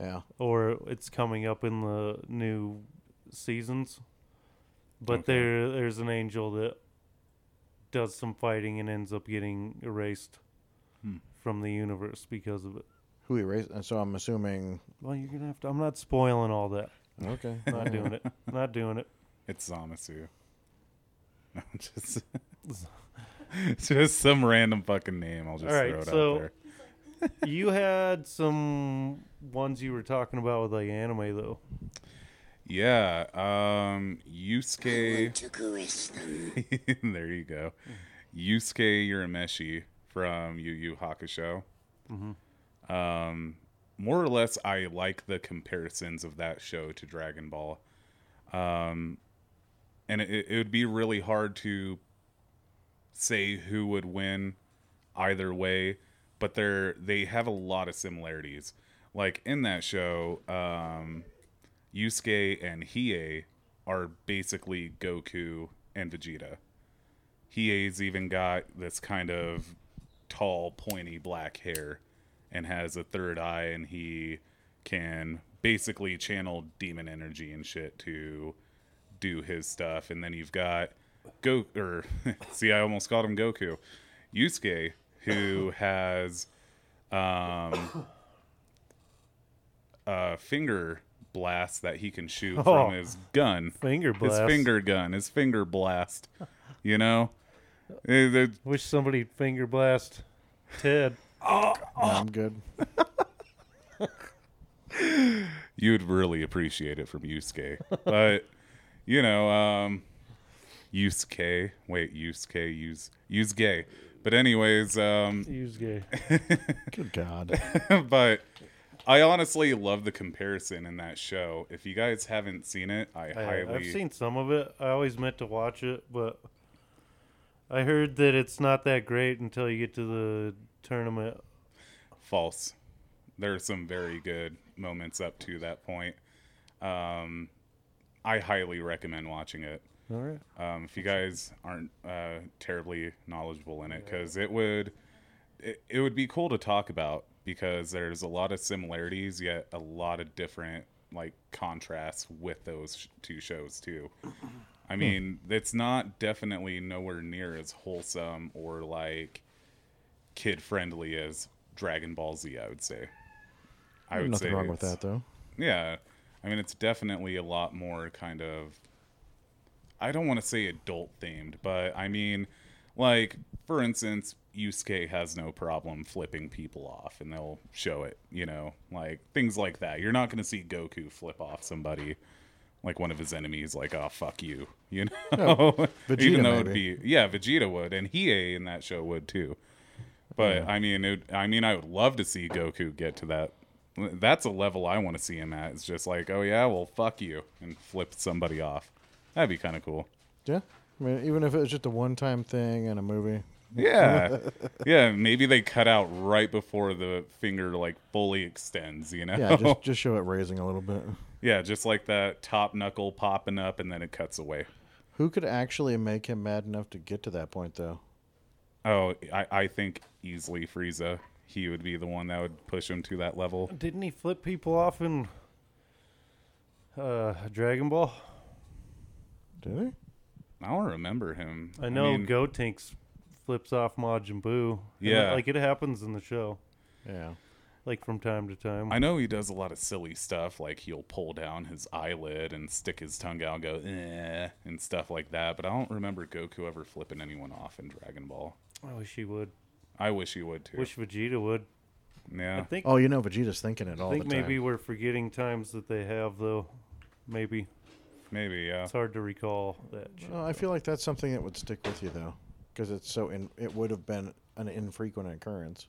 [SPEAKER 3] Yeah,
[SPEAKER 4] or it's coming up in the new seasons but
[SPEAKER 2] Okay.
[SPEAKER 4] there there's an angel that does some fighting and ends up getting erased
[SPEAKER 2] Hmm.
[SPEAKER 4] from the universe because of it
[SPEAKER 3] who erased? And so I'm assuming.
[SPEAKER 4] well you're gonna have to i'm not spoiling all that
[SPEAKER 3] Okay,
[SPEAKER 4] not doing it not doing it
[SPEAKER 2] It's Zamasu. No, just, just some random fucking name. I'll just
[SPEAKER 4] All right,
[SPEAKER 2] throw it
[SPEAKER 4] so-
[SPEAKER 2] out there.
[SPEAKER 4] you had some ones you were talking about with like anime though
[SPEAKER 2] Yeah. Um, Yusuke.
[SPEAKER 5] Want to caress them.
[SPEAKER 2] there you go. Yusuke Urameshi from Yu Yu Hakusho. Um, more or less, I like the comparisons of that show to Dragon Ball. Um, and it, it would be really hard to say who would win either way, but they're they have a lot of similarities. Like in that show, um, Yusuke and Hiei are basically Goku and Vegeta. Hiei's even got this kind of tall, pointy black hair and has a third eye, and he can basically channel demon energy and shit to do his stuff. And then you've got Go or see, I almost called him Goku, Yusuke, who has um, a finger blast that he can shoot
[SPEAKER 4] Oh.
[SPEAKER 2] from his gun,
[SPEAKER 4] Finger blast.
[SPEAKER 2] his finger gun, his finger blast. You know, Eh, the-
[SPEAKER 4] Wish somebody finger blast Ted.
[SPEAKER 3] No, I'm good.
[SPEAKER 2] you'd really appreciate it from Yusuke. But you know, um Yusuke. Wait, Yusuke, use use gay. But anyways, um
[SPEAKER 4] Use gay.
[SPEAKER 3] Good God.
[SPEAKER 2] but I honestly love the comparison in that show. If you guys haven't seen it, I,
[SPEAKER 4] I,
[SPEAKER 2] highly
[SPEAKER 4] I've seen some of it. I always meant to watch it, but I heard that it's not that great until you get to the tournament.
[SPEAKER 2] false. There are some very good moments up to that point. Um I highly recommend watching it.
[SPEAKER 4] All right.
[SPEAKER 2] um, if you guys aren't uh, terribly knowledgeable in it because it would it, it would be cool to talk about because there's a lot of similarities yet a lot of different like contrasts with those sh- two shows too i mean it's not definitely nowhere near as wholesome or like kid friendly as dragon ball z i would say i would
[SPEAKER 3] Nothing
[SPEAKER 2] say
[SPEAKER 3] wrong with
[SPEAKER 2] it's-
[SPEAKER 3] that, though.
[SPEAKER 2] yeah. I mean, it's definitely a lot more kind of. I don't want to say adult themed, but I mean, like, for instance, Yusuke has no problem flipping people off and they'll show it, you know, like things like that. You're not going to see Goku flip off somebody, like one of his enemies, like, oh, fuck you, you know?
[SPEAKER 3] Oh, Vegeta
[SPEAKER 2] it'd
[SPEAKER 3] maybe.
[SPEAKER 2] be, yeah, Vegeta would, and Hiei in that show would too. But I mean, it, I mean, I would love to see Goku get to that. That's a level I want to see him at. It's just like, oh yeah, well, fuck you, and flip somebody off. That'd be kind of cool.
[SPEAKER 3] Yeah. I mean, even if it was just a one time thing in a movie.
[SPEAKER 2] Yeah, yeah. Maybe they cut out right before the finger like fully extends. You know?
[SPEAKER 3] Yeah, just, just show it raising a little bit.
[SPEAKER 2] yeah, just like that top knuckle popping up, and then it cuts away.
[SPEAKER 3] Who could actually make him mad enough to get to that point, though?
[SPEAKER 2] Oh, I, I think easily Frieza. He would be the one that would push him to that level.
[SPEAKER 4] Didn't he flip people off in uh, Dragon Ball?
[SPEAKER 3] Did
[SPEAKER 2] I don't remember him.
[SPEAKER 4] I know
[SPEAKER 2] mean-
[SPEAKER 4] Gotenks flips off Majin Buu. And
[SPEAKER 2] Yeah.
[SPEAKER 4] like it happens in the show,
[SPEAKER 3] he? Yeah.
[SPEAKER 4] like from time to time.
[SPEAKER 2] I know he does a lot of silly stuff, like he'll pull down his eyelid and stick his tongue out and go eh, and stuff like that. But I don't remember Goku ever flipping anyone off in Dragon Ball.
[SPEAKER 4] I wish he would.
[SPEAKER 2] I wish he would too.
[SPEAKER 4] Wish Vegeta would. I
[SPEAKER 2] yeah,
[SPEAKER 4] think.
[SPEAKER 3] Oh, you know, Vegeta's thinking it all
[SPEAKER 4] I think
[SPEAKER 3] the time.
[SPEAKER 4] maybe we're forgetting times that they have though. Maybe
[SPEAKER 2] maybe yeah.
[SPEAKER 4] it's hard to recall that. shit.
[SPEAKER 3] No, I feel like that's something that would stick with you though, because it's so in. It would have been an infrequent occurrence.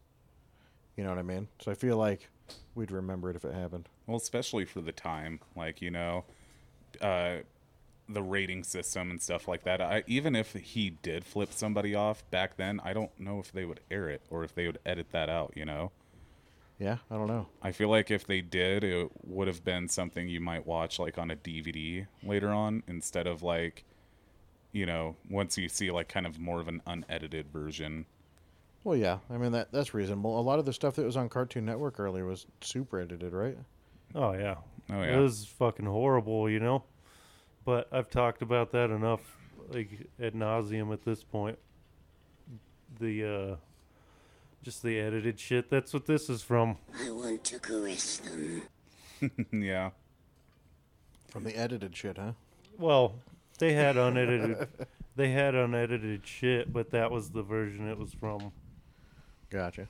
[SPEAKER 3] You know what I mean? So I feel like we'd remember it if it happened.
[SPEAKER 2] Well, especially for the time, like you know, uh, the rating system and stuff like that. I, even if he did flip somebody off back then, I don't know if they would air it or if they would edit that out. You know.
[SPEAKER 3] Yeah, I don't know.
[SPEAKER 2] I feel like if they did, it would have been something you might watch like on a DVD later on instead of like, you know, once you see like kind of more of an unedited version.
[SPEAKER 3] Well, yeah, I mean that that's reasonable. A lot of the stuff that was on Cartoon Network earlier was super edited, right?
[SPEAKER 4] Oh yeah.
[SPEAKER 2] Oh,
[SPEAKER 4] It
[SPEAKER 2] yeah.
[SPEAKER 4] was fucking horrible, you know. But I've talked about that enough, like ad nauseum at this point. The uh, just the edited shit. That's what this is from.
[SPEAKER 5] I want to caress them.
[SPEAKER 2] yeah.
[SPEAKER 3] From the edited shit, huh?
[SPEAKER 4] Well, they had unedited. they had unedited shit, but that was the version it was from.
[SPEAKER 3] Gotcha.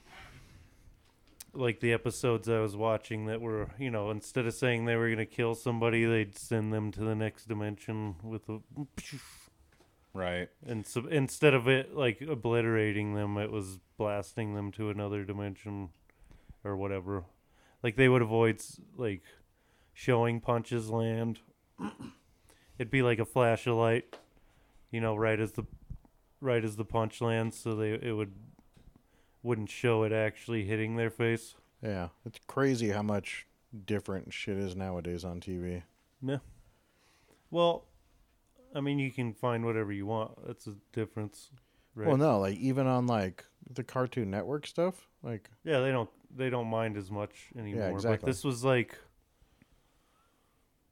[SPEAKER 4] like the episodes I was watching that were, you know, instead of saying they were going to kill somebody, they'd send them to the next dimension with a.
[SPEAKER 2] Right.
[SPEAKER 4] And so instead of it like obliterating them, it was blasting them to another dimension or whatever. Like they would avoid s- like showing punches land. It'd be like a flash of light, you know, right as the right as the punch lands, so they it would wouldn't show it actually hitting their face.
[SPEAKER 3] Yeah, it's crazy how much different shit is nowadays on TV.
[SPEAKER 4] No. Well, I mean, you can find whatever you want. That's a difference. Right?
[SPEAKER 3] Well, no, like even on like the Cartoon Network stuff, like
[SPEAKER 4] Yeah, they don't they don't mind as much anymore. But
[SPEAKER 3] exactly.
[SPEAKER 4] this was like,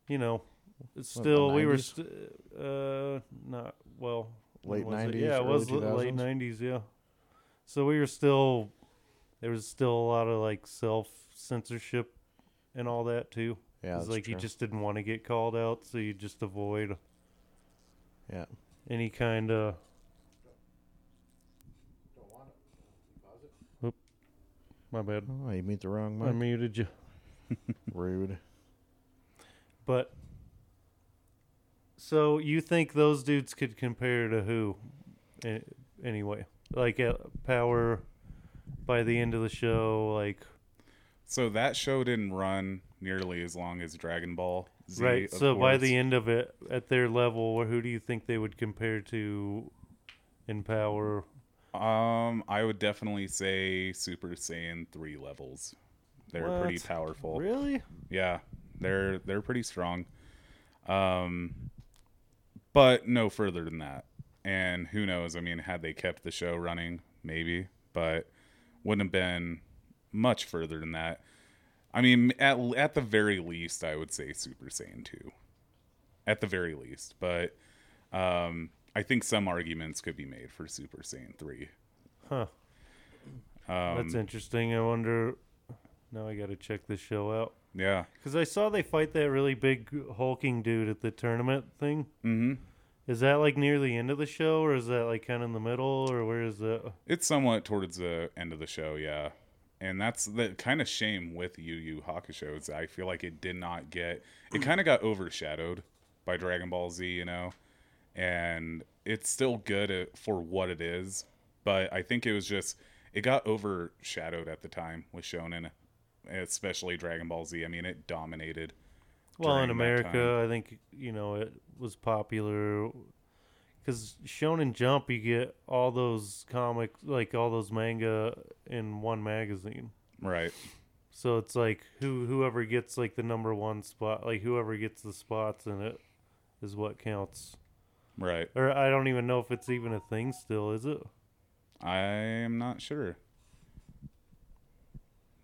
[SPEAKER 4] you know, it's
[SPEAKER 3] What, the
[SPEAKER 4] still we were
[SPEAKER 3] 90s?
[SPEAKER 4] st- uh not well when
[SPEAKER 3] Late
[SPEAKER 4] was it?
[SPEAKER 3] 90s,
[SPEAKER 4] Yeah, it
[SPEAKER 3] early
[SPEAKER 4] was l- late
[SPEAKER 3] 2000s?
[SPEAKER 4] nineties. Yeah, so we were still there was still a lot of like self censorship and all that too.
[SPEAKER 3] yeah,
[SPEAKER 4] it's
[SPEAKER 3] that's
[SPEAKER 4] like you
[SPEAKER 3] true.
[SPEAKER 4] just didn't want to get called out, so you just avoid
[SPEAKER 3] yeah.
[SPEAKER 4] any kind of. Oop. My bad.
[SPEAKER 3] Oh, you meet the wrong
[SPEAKER 4] I
[SPEAKER 3] mic.
[SPEAKER 4] muted you.
[SPEAKER 3] Rude.
[SPEAKER 4] But so you think those dudes could compare to who? a- Anyway, like uh, power by the end of the show, like
[SPEAKER 2] So that show didn't run nearly as long as Dragon Ball Z.
[SPEAKER 4] right.
[SPEAKER 2] of
[SPEAKER 4] So by
[SPEAKER 2] course.
[SPEAKER 4] the end of it, at their level, wh- who do you think they would compare to in power?
[SPEAKER 2] um, I would definitely say Super Saiyan three levels. They're pretty
[SPEAKER 4] What?
[SPEAKER 2] powerful.
[SPEAKER 4] Really?
[SPEAKER 2] Yeah, they're they're pretty strong. Um, but no further than that. And who knows? I mean, had they kept the show running, maybe, but wouldn't have been much further than that. I mean, at at the very least, I would say Super Saiyan two. At the very least, but um, I think some arguments could be made for Super Saiyan three.
[SPEAKER 4] Huh.
[SPEAKER 2] Um,
[SPEAKER 4] That's interesting. I wonder. Now I got to check this show out
[SPEAKER 2] Yeah.
[SPEAKER 4] because I saw they fight that really big hulking dude at the tournament thing.
[SPEAKER 2] Mm-hmm.
[SPEAKER 4] Is that like near the end of the show, or is that like kind of in the middle, or where is that?
[SPEAKER 2] It's somewhat towards the end of the show, yeah. And that's the kind of shame with Yu Yu Hakusho is I feel like it did not get it kind of got overshadowed by Dragon Ball Z, you know. And it's still good at, for what it is, but I think it was just it got overshadowed at the time with shonen, especially Dragon Ball Z. I mean, it dominated.
[SPEAKER 4] Well, in
[SPEAKER 2] during that time.
[SPEAKER 4] America, I think you know it was popular because Shonen Jump, you get all those comics, like all those manga, in one magazine.
[SPEAKER 2] right?
[SPEAKER 4] So it's like who whoever gets like the number one spot, like whoever gets the spots in it, is what counts.
[SPEAKER 2] Right.
[SPEAKER 4] Or I don't even know if it's even a thing still, is it?
[SPEAKER 2] I'm not sure.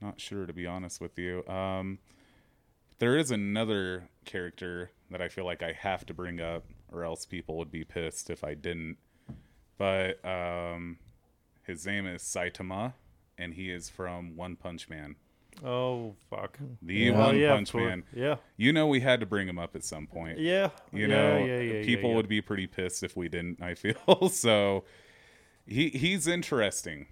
[SPEAKER 2] Not sure to be honest with you. Um, there is another character that I feel like I have to bring up, or else people would be pissed if I didn't. But um, his name is Saitama, and he is from One Punch Man.
[SPEAKER 4] Oh fuck!
[SPEAKER 2] The
[SPEAKER 3] Yeah.
[SPEAKER 2] One
[SPEAKER 4] oh yeah, of
[SPEAKER 2] Punch
[SPEAKER 4] course.
[SPEAKER 2] Man.
[SPEAKER 4] Yeah,
[SPEAKER 2] You know we had to bring him up at some point.
[SPEAKER 4] yeah,
[SPEAKER 2] You
[SPEAKER 4] yeah,
[SPEAKER 2] know,
[SPEAKER 4] yeah, yeah, yeah,
[SPEAKER 2] people
[SPEAKER 4] yeah.
[SPEAKER 2] would be pretty pissed if we didn't. I feel so. He he's interesting,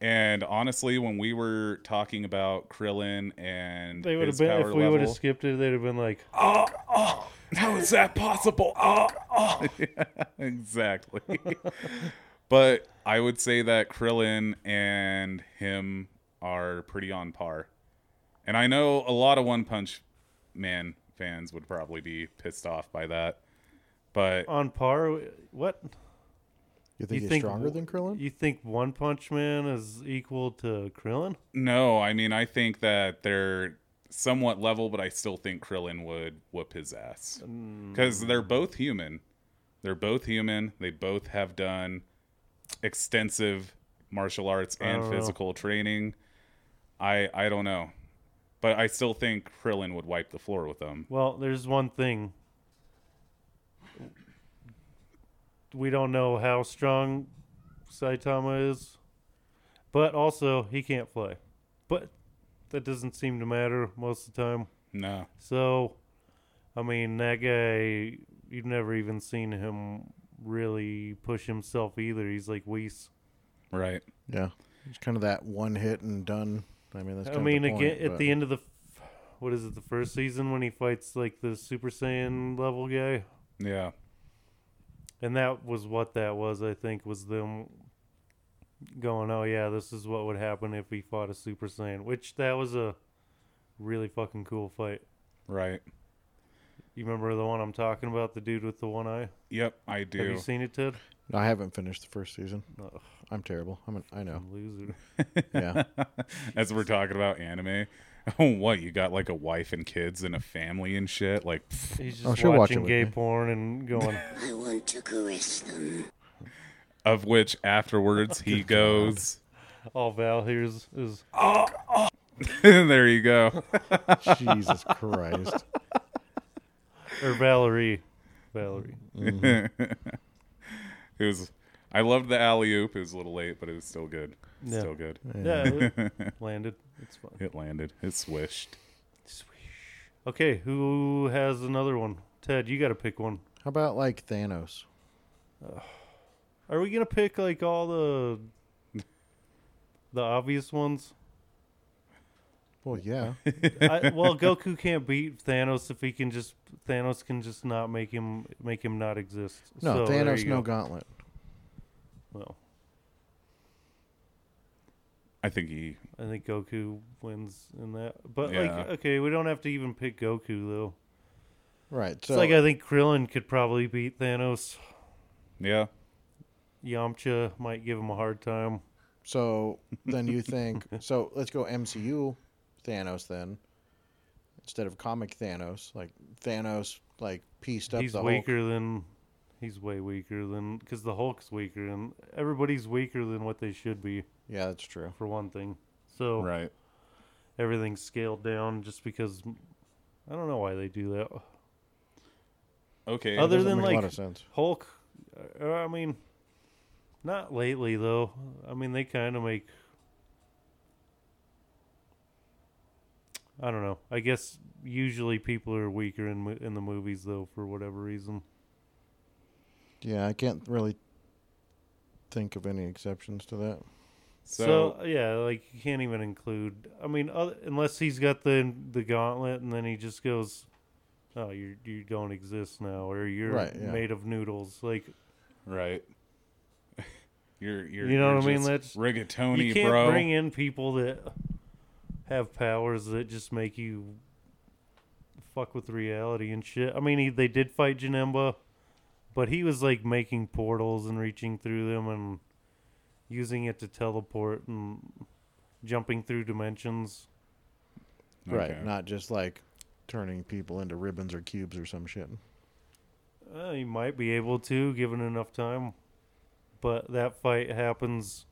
[SPEAKER 2] and honestly, when we were talking about Krillin and
[SPEAKER 4] They would have
[SPEAKER 2] his
[SPEAKER 4] been if
[SPEAKER 2] power
[SPEAKER 4] we would have
[SPEAKER 2] level-
[SPEAKER 4] skipped it. They'd have been like,
[SPEAKER 2] Uh, how is that possible? Oh, oh. exactly. but I would say that Krillin and him are pretty on par. And I know a lot of One Punch Man fans would probably be pissed off by that. But
[SPEAKER 4] on par. wi- What
[SPEAKER 3] You think
[SPEAKER 4] You
[SPEAKER 3] he's
[SPEAKER 4] think
[SPEAKER 3] stronger
[SPEAKER 4] w-
[SPEAKER 3] than Krillin?
[SPEAKER 4] you think? One Punch Man is equal to Krillin?
[SPEAKER 2] no, I mean, I think that they're somewhat level, but I still think Krillin would whoop his ass.
[SPEAKER 4] Mm.
[SPEAKER 2] Because they're both human. They're both human. They both have done extensive martial arts and
[SPEAKER 4] don't know.
[SPEAKER 2] physical training. I I don't know. But I still think Krillin would wipe the floor with them.
[SPEAKER 4] Well, there's one thing. We don't know how strong Saitama is, but also he can't fly. But that doesn't seem to matter most of the time.
[SPEAKER 2] No.
[SPEAKER 4] So, I mean, that guy, you've never even seen him really push himself either. He's like Weiss.
[SPEAKER 2] Right.
[SPEAKER 3] yeah, it's kind of that one hit and done. I mean, that's.
[SPEAKER 4] I
[SPEAKER 3] kind
[SPEAKER 4] mean,
[SPEAKER 3] of the
[SPEAKER 4] again,
[SPEAKER 3] point,
[SPEAKER 4] at
[SPEAKER 3] but-
[SPEAKER 4] the end of the, f- what is it, the first season when he fights like the Super Saiyan level guy?
[SPEAKER 2] Yeah.
[SPEAKER 4] And that was what that was, I think, was them going, oh, yeah, this is what would happen if he fought a Super Saiyan, which that was a really fucking cool fight.
[SPEAKER 2] Right.
[SPEAKER 4] You remember the one I'm talking about, the dude with the one eye?
[SPEAKER 2] Yep, I do.
[SPEAKER 4] Have you seen it, Ted?
[SPEAKER 3] No, I haven't finished the first season.
[SPEAKER 4] Ugh.
[SPEAKER 3] I'm terrible. I'm an, I know.
[SPEAKER 4] Loser.
[SPEAKER 3] Yeah.
[SPEAKER 2] As we're talking about anime, oh, what you got like a wife and kids and a family and shit. Like, pfft,
[SPEAKER 4] He's just
[SPEAKER 3] Oh, she'll watch
[SPEAKER 4] watching
[SPEAKER 3] it with
[SPEAKER 4] gay
[SPEAKER 3] me.
[SPEAKER 4] porn and going,
[SPEAKER 5] I want to caress them.
[SPEAKER 2] of which afterwards he goes.
[SPEAKER 4] all Val here's is
[SPEAKER 2] there you go.
[SPEAKER 3] Jesus Christ.
[SPEAKER 4] or Valerie, Valerie.
[SPEAKER 2] It was. I loved the alley oop. It was a little late, but it was still good. It's
[SPEAKER 4] Yeah.
[SPEAKER 2] Still good.
[SPEAKER 4] Yeah, it landed. It's fine.
[SPEAKER 2] It landed. It swished.
[SPEAKER 4] Okay, who has another one? Ted, you got to pick one.
[SPEAKER 3] How about like Thanos?
[SPEAKER 4] Are we gonna pick like all the the obvious ones?
[SPEAKER 3] Well, yeah.
[SPEAKER 4] I, well, Goku can't beat Thanos if he can just Thanos can just not make him make him not exist.
[SPEAKER 3] No,
[SPEAKER 4] So, there
[SPEAKER 3] Thanos,
[SPEAKER 4] you
[SPEAKER 3] no
[SPEAKER 4] go.
[SPEAKER 3] gauntlet.
[SPEAKER 4] Well,
[SPEAKER 2] I think he.
[SPEAKER 4] I think Goku wins in that. But like,
[SPEAKER 2] Yeah.
[SPEAKER 4] okay, we don't have to even pick Goku though.
[SPEAKER 3] Right.
[SPEAKER 4] It's
[SPEAKER 3] So
[SPEAKER 4] like I think Krillin could probably beat Thanos.
[SPEAKER 2] Yeah.
[SPEAKER 4] Yamcha might give him a hard time.
[SPEAKER 3] so then you think so let's go MCU Thanos then instead of comic Thanos, like Thanos like pieced up
[SPEAKER 4] he's
[SPEAKER 3] the
[SPEAKER 4] weaker than he's way weaker than because the Hulk's weaker and everybody's weaker than what they should be
[SPEAKER 3] Hulk. Yeah, that's true.
[SPEAKER 4] for one thing. So
[SPEAKER 2] Right.
[SPEAKER 4] everything's scaled down just because I don't know why they do that.
[SPEAKER 2] Okay.
[SPEAKER 4] Other
[SPEAKER 3] Doesn't
[SPEAKER 4] than,
[SPEAKER 3] make a lot
[SPEAKER 4] like-
[SPEAKER 3] of sense.
[SPEAKER 4] Hulk, uh, I mean, not lately though. I mean, they kind of make. I don't know. I guess usually people are weaker in mo- in the movies though for whatever reason.
[SPEAKER 3] Yeah, I can't really think of any exceptions to that.
[SPEAKER 4] So, uh,
[SPEAKER 2] so,
[SPEAKER 4] yeah, like you can't even include. I mean, oth- unless he's got the the gauntlet, and then he just goes, "Oh, you you don't exist now, or you're
[SPEAKER 3] Right, yeah.
[SPEAKER 4] made of noodles." Like
[SPEAKER 2] right. You're, you're,
[SPEAKER 4] You know
[SPEAKER 2] you're
[SPEAKER 4] what I mean?
[SPEAKER 2] just
[SPEAKER 4] That's-
[SPEAKER 2] rigatoni,
[SPEAKER 4] you can't
[SPEAKER 2] bro.
[SPEAKER 4] bring in people that have powers that just make you fuck with reality and shit. I mean, he, they did fight Janemba, but he was like making portals and reaching through them and using it to teleport and jumping through dimensions.
[SPEAKER 2] Okay.
[SPEAKER 3] Right, not just like turning people into ribbons or cubes or some shit.
[SPEAKER 4] Uh, he might be able to, given enough time. But that fight happens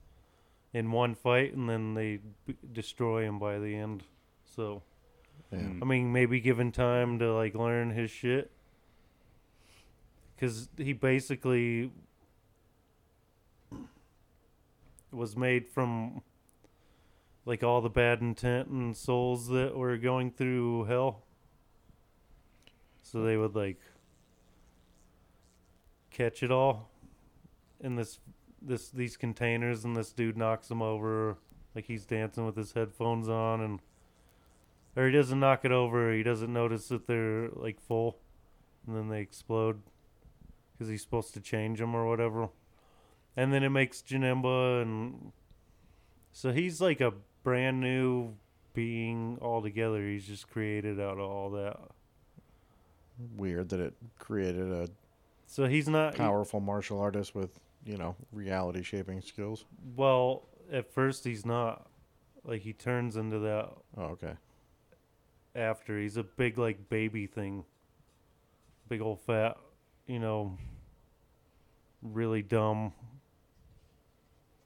[SPEAKER 4] in one fight, and then they b- destroy him by the end. So,
[SPEAKER 3] Yeah.
[SPEAKER 2] Mm.
[SPEAKER 4] I mean, maybe given time to like learn his shit, because he basically was made from like all the bad intent and souls that were going through hell. So they would like catch it all in this this these containers and this dude knocks him over like he's dancing with his headphones on and or he doesn't knock it over he doesn't notice that they're like full and then they explode because he's supposed to change them or whatever and then it makes Janemba and so he's like a brand new being altogether he's just created out of all that
[SPEAKER 3] Weird that it created a
[SPEAKER 4] so he's not
[SPEAKER 3] powerful martial artist with you know reality shaping skills.
[SPEAKER 4] Well, at first he's not. Like he turns into that
[SPEAKER 3] Oh, okay.
[SPEAKER 4] after. He's a big like baby thing. Big old fat, you know, really dumb.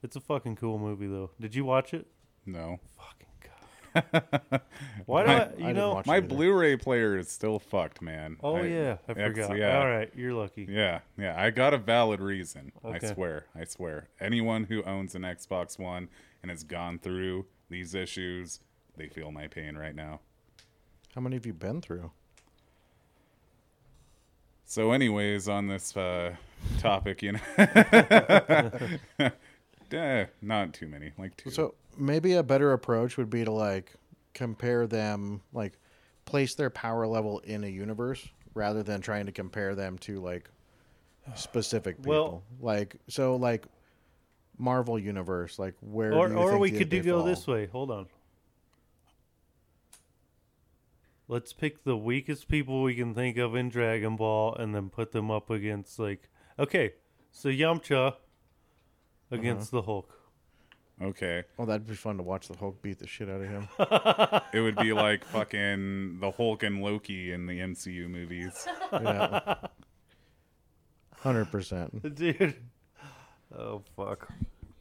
[SPEAKER 4] It's a fucking cool movie though. Did you watch it?
[SPEAKER 2] No.
[SPEAKER 4] Fucking god. Why do
[SPEAKER 2] I-
[SPEAKER 4] I,
[SPEAKER 2] I
[SPEAKER 4] you
[SPEAKER 3] didn't
[SPEAKER 4] know
[SPEAKER 3] watch
[SPEAKER 2] My
[SPEAKER 3] it either.
[SPEAKER 2] Blu-ray player is still fucked, man.
[SPEAKER 4] Oh
[SPEAKER 2] I-
[SPEAKER 4] yeah, I
[SPEAKER 2] ex-
[SPEAKER 4] forgot.
[SPEAKER 2] Yeah.
[SPEAKER 4] All right, you're lucky.
[SPEAKER 2] Yeah, yeah. I got a valid reason. I
[SPEAKER 4] Okay.
[SPEAKER 2] swear. I swear. Anyone who owns an Xbox One and has gone through these issues, they feel my pain right now.
[SPEAKER 3] How many have you been through?
[SPEAKER 2] So, anyways, on this uh, topic, you know, Eh, not too many, like two.
[SPEAKER 3] So maybe a better approach would be to like compare them, like place their power level in a universe rather than trying to compare them to like specific people.
[SPEAKER 4] Well-
[SPEAKER 3] like so, like Marvel universe, like where
[SPEAKER 4] Or
[SPEAKER 3] do you
[SPEAKER 4] or
[SPEAKER 3] think
[SPEAKER 4] we
[SPEAKER 3] they-
[SPEAKER 4] could
[SPEAKER 3] they
[SPEAKER 4] do go
[SPEAKER 3] fall?
[SPEAKER 4] this way. Hold on. Let's pick the weakest people we can think of in Dragon Ball and then put them up against like okay, So Yamcha against
[SPEAKER 3] Uh-huh.
[SPEAKER 4] the Hulk.
[SPEAKER 2] Okay.
[SPEAKER 3] Oh, that'd be fun to watch the Hulk beat the shit out of him.
[SPEAKER 2] It would be like fucking the Hulk and Loki in the MCU movies.
[SPEAKER 3] Yeah. 100%.
[SPEAKER 4] Dude. Oh fuck.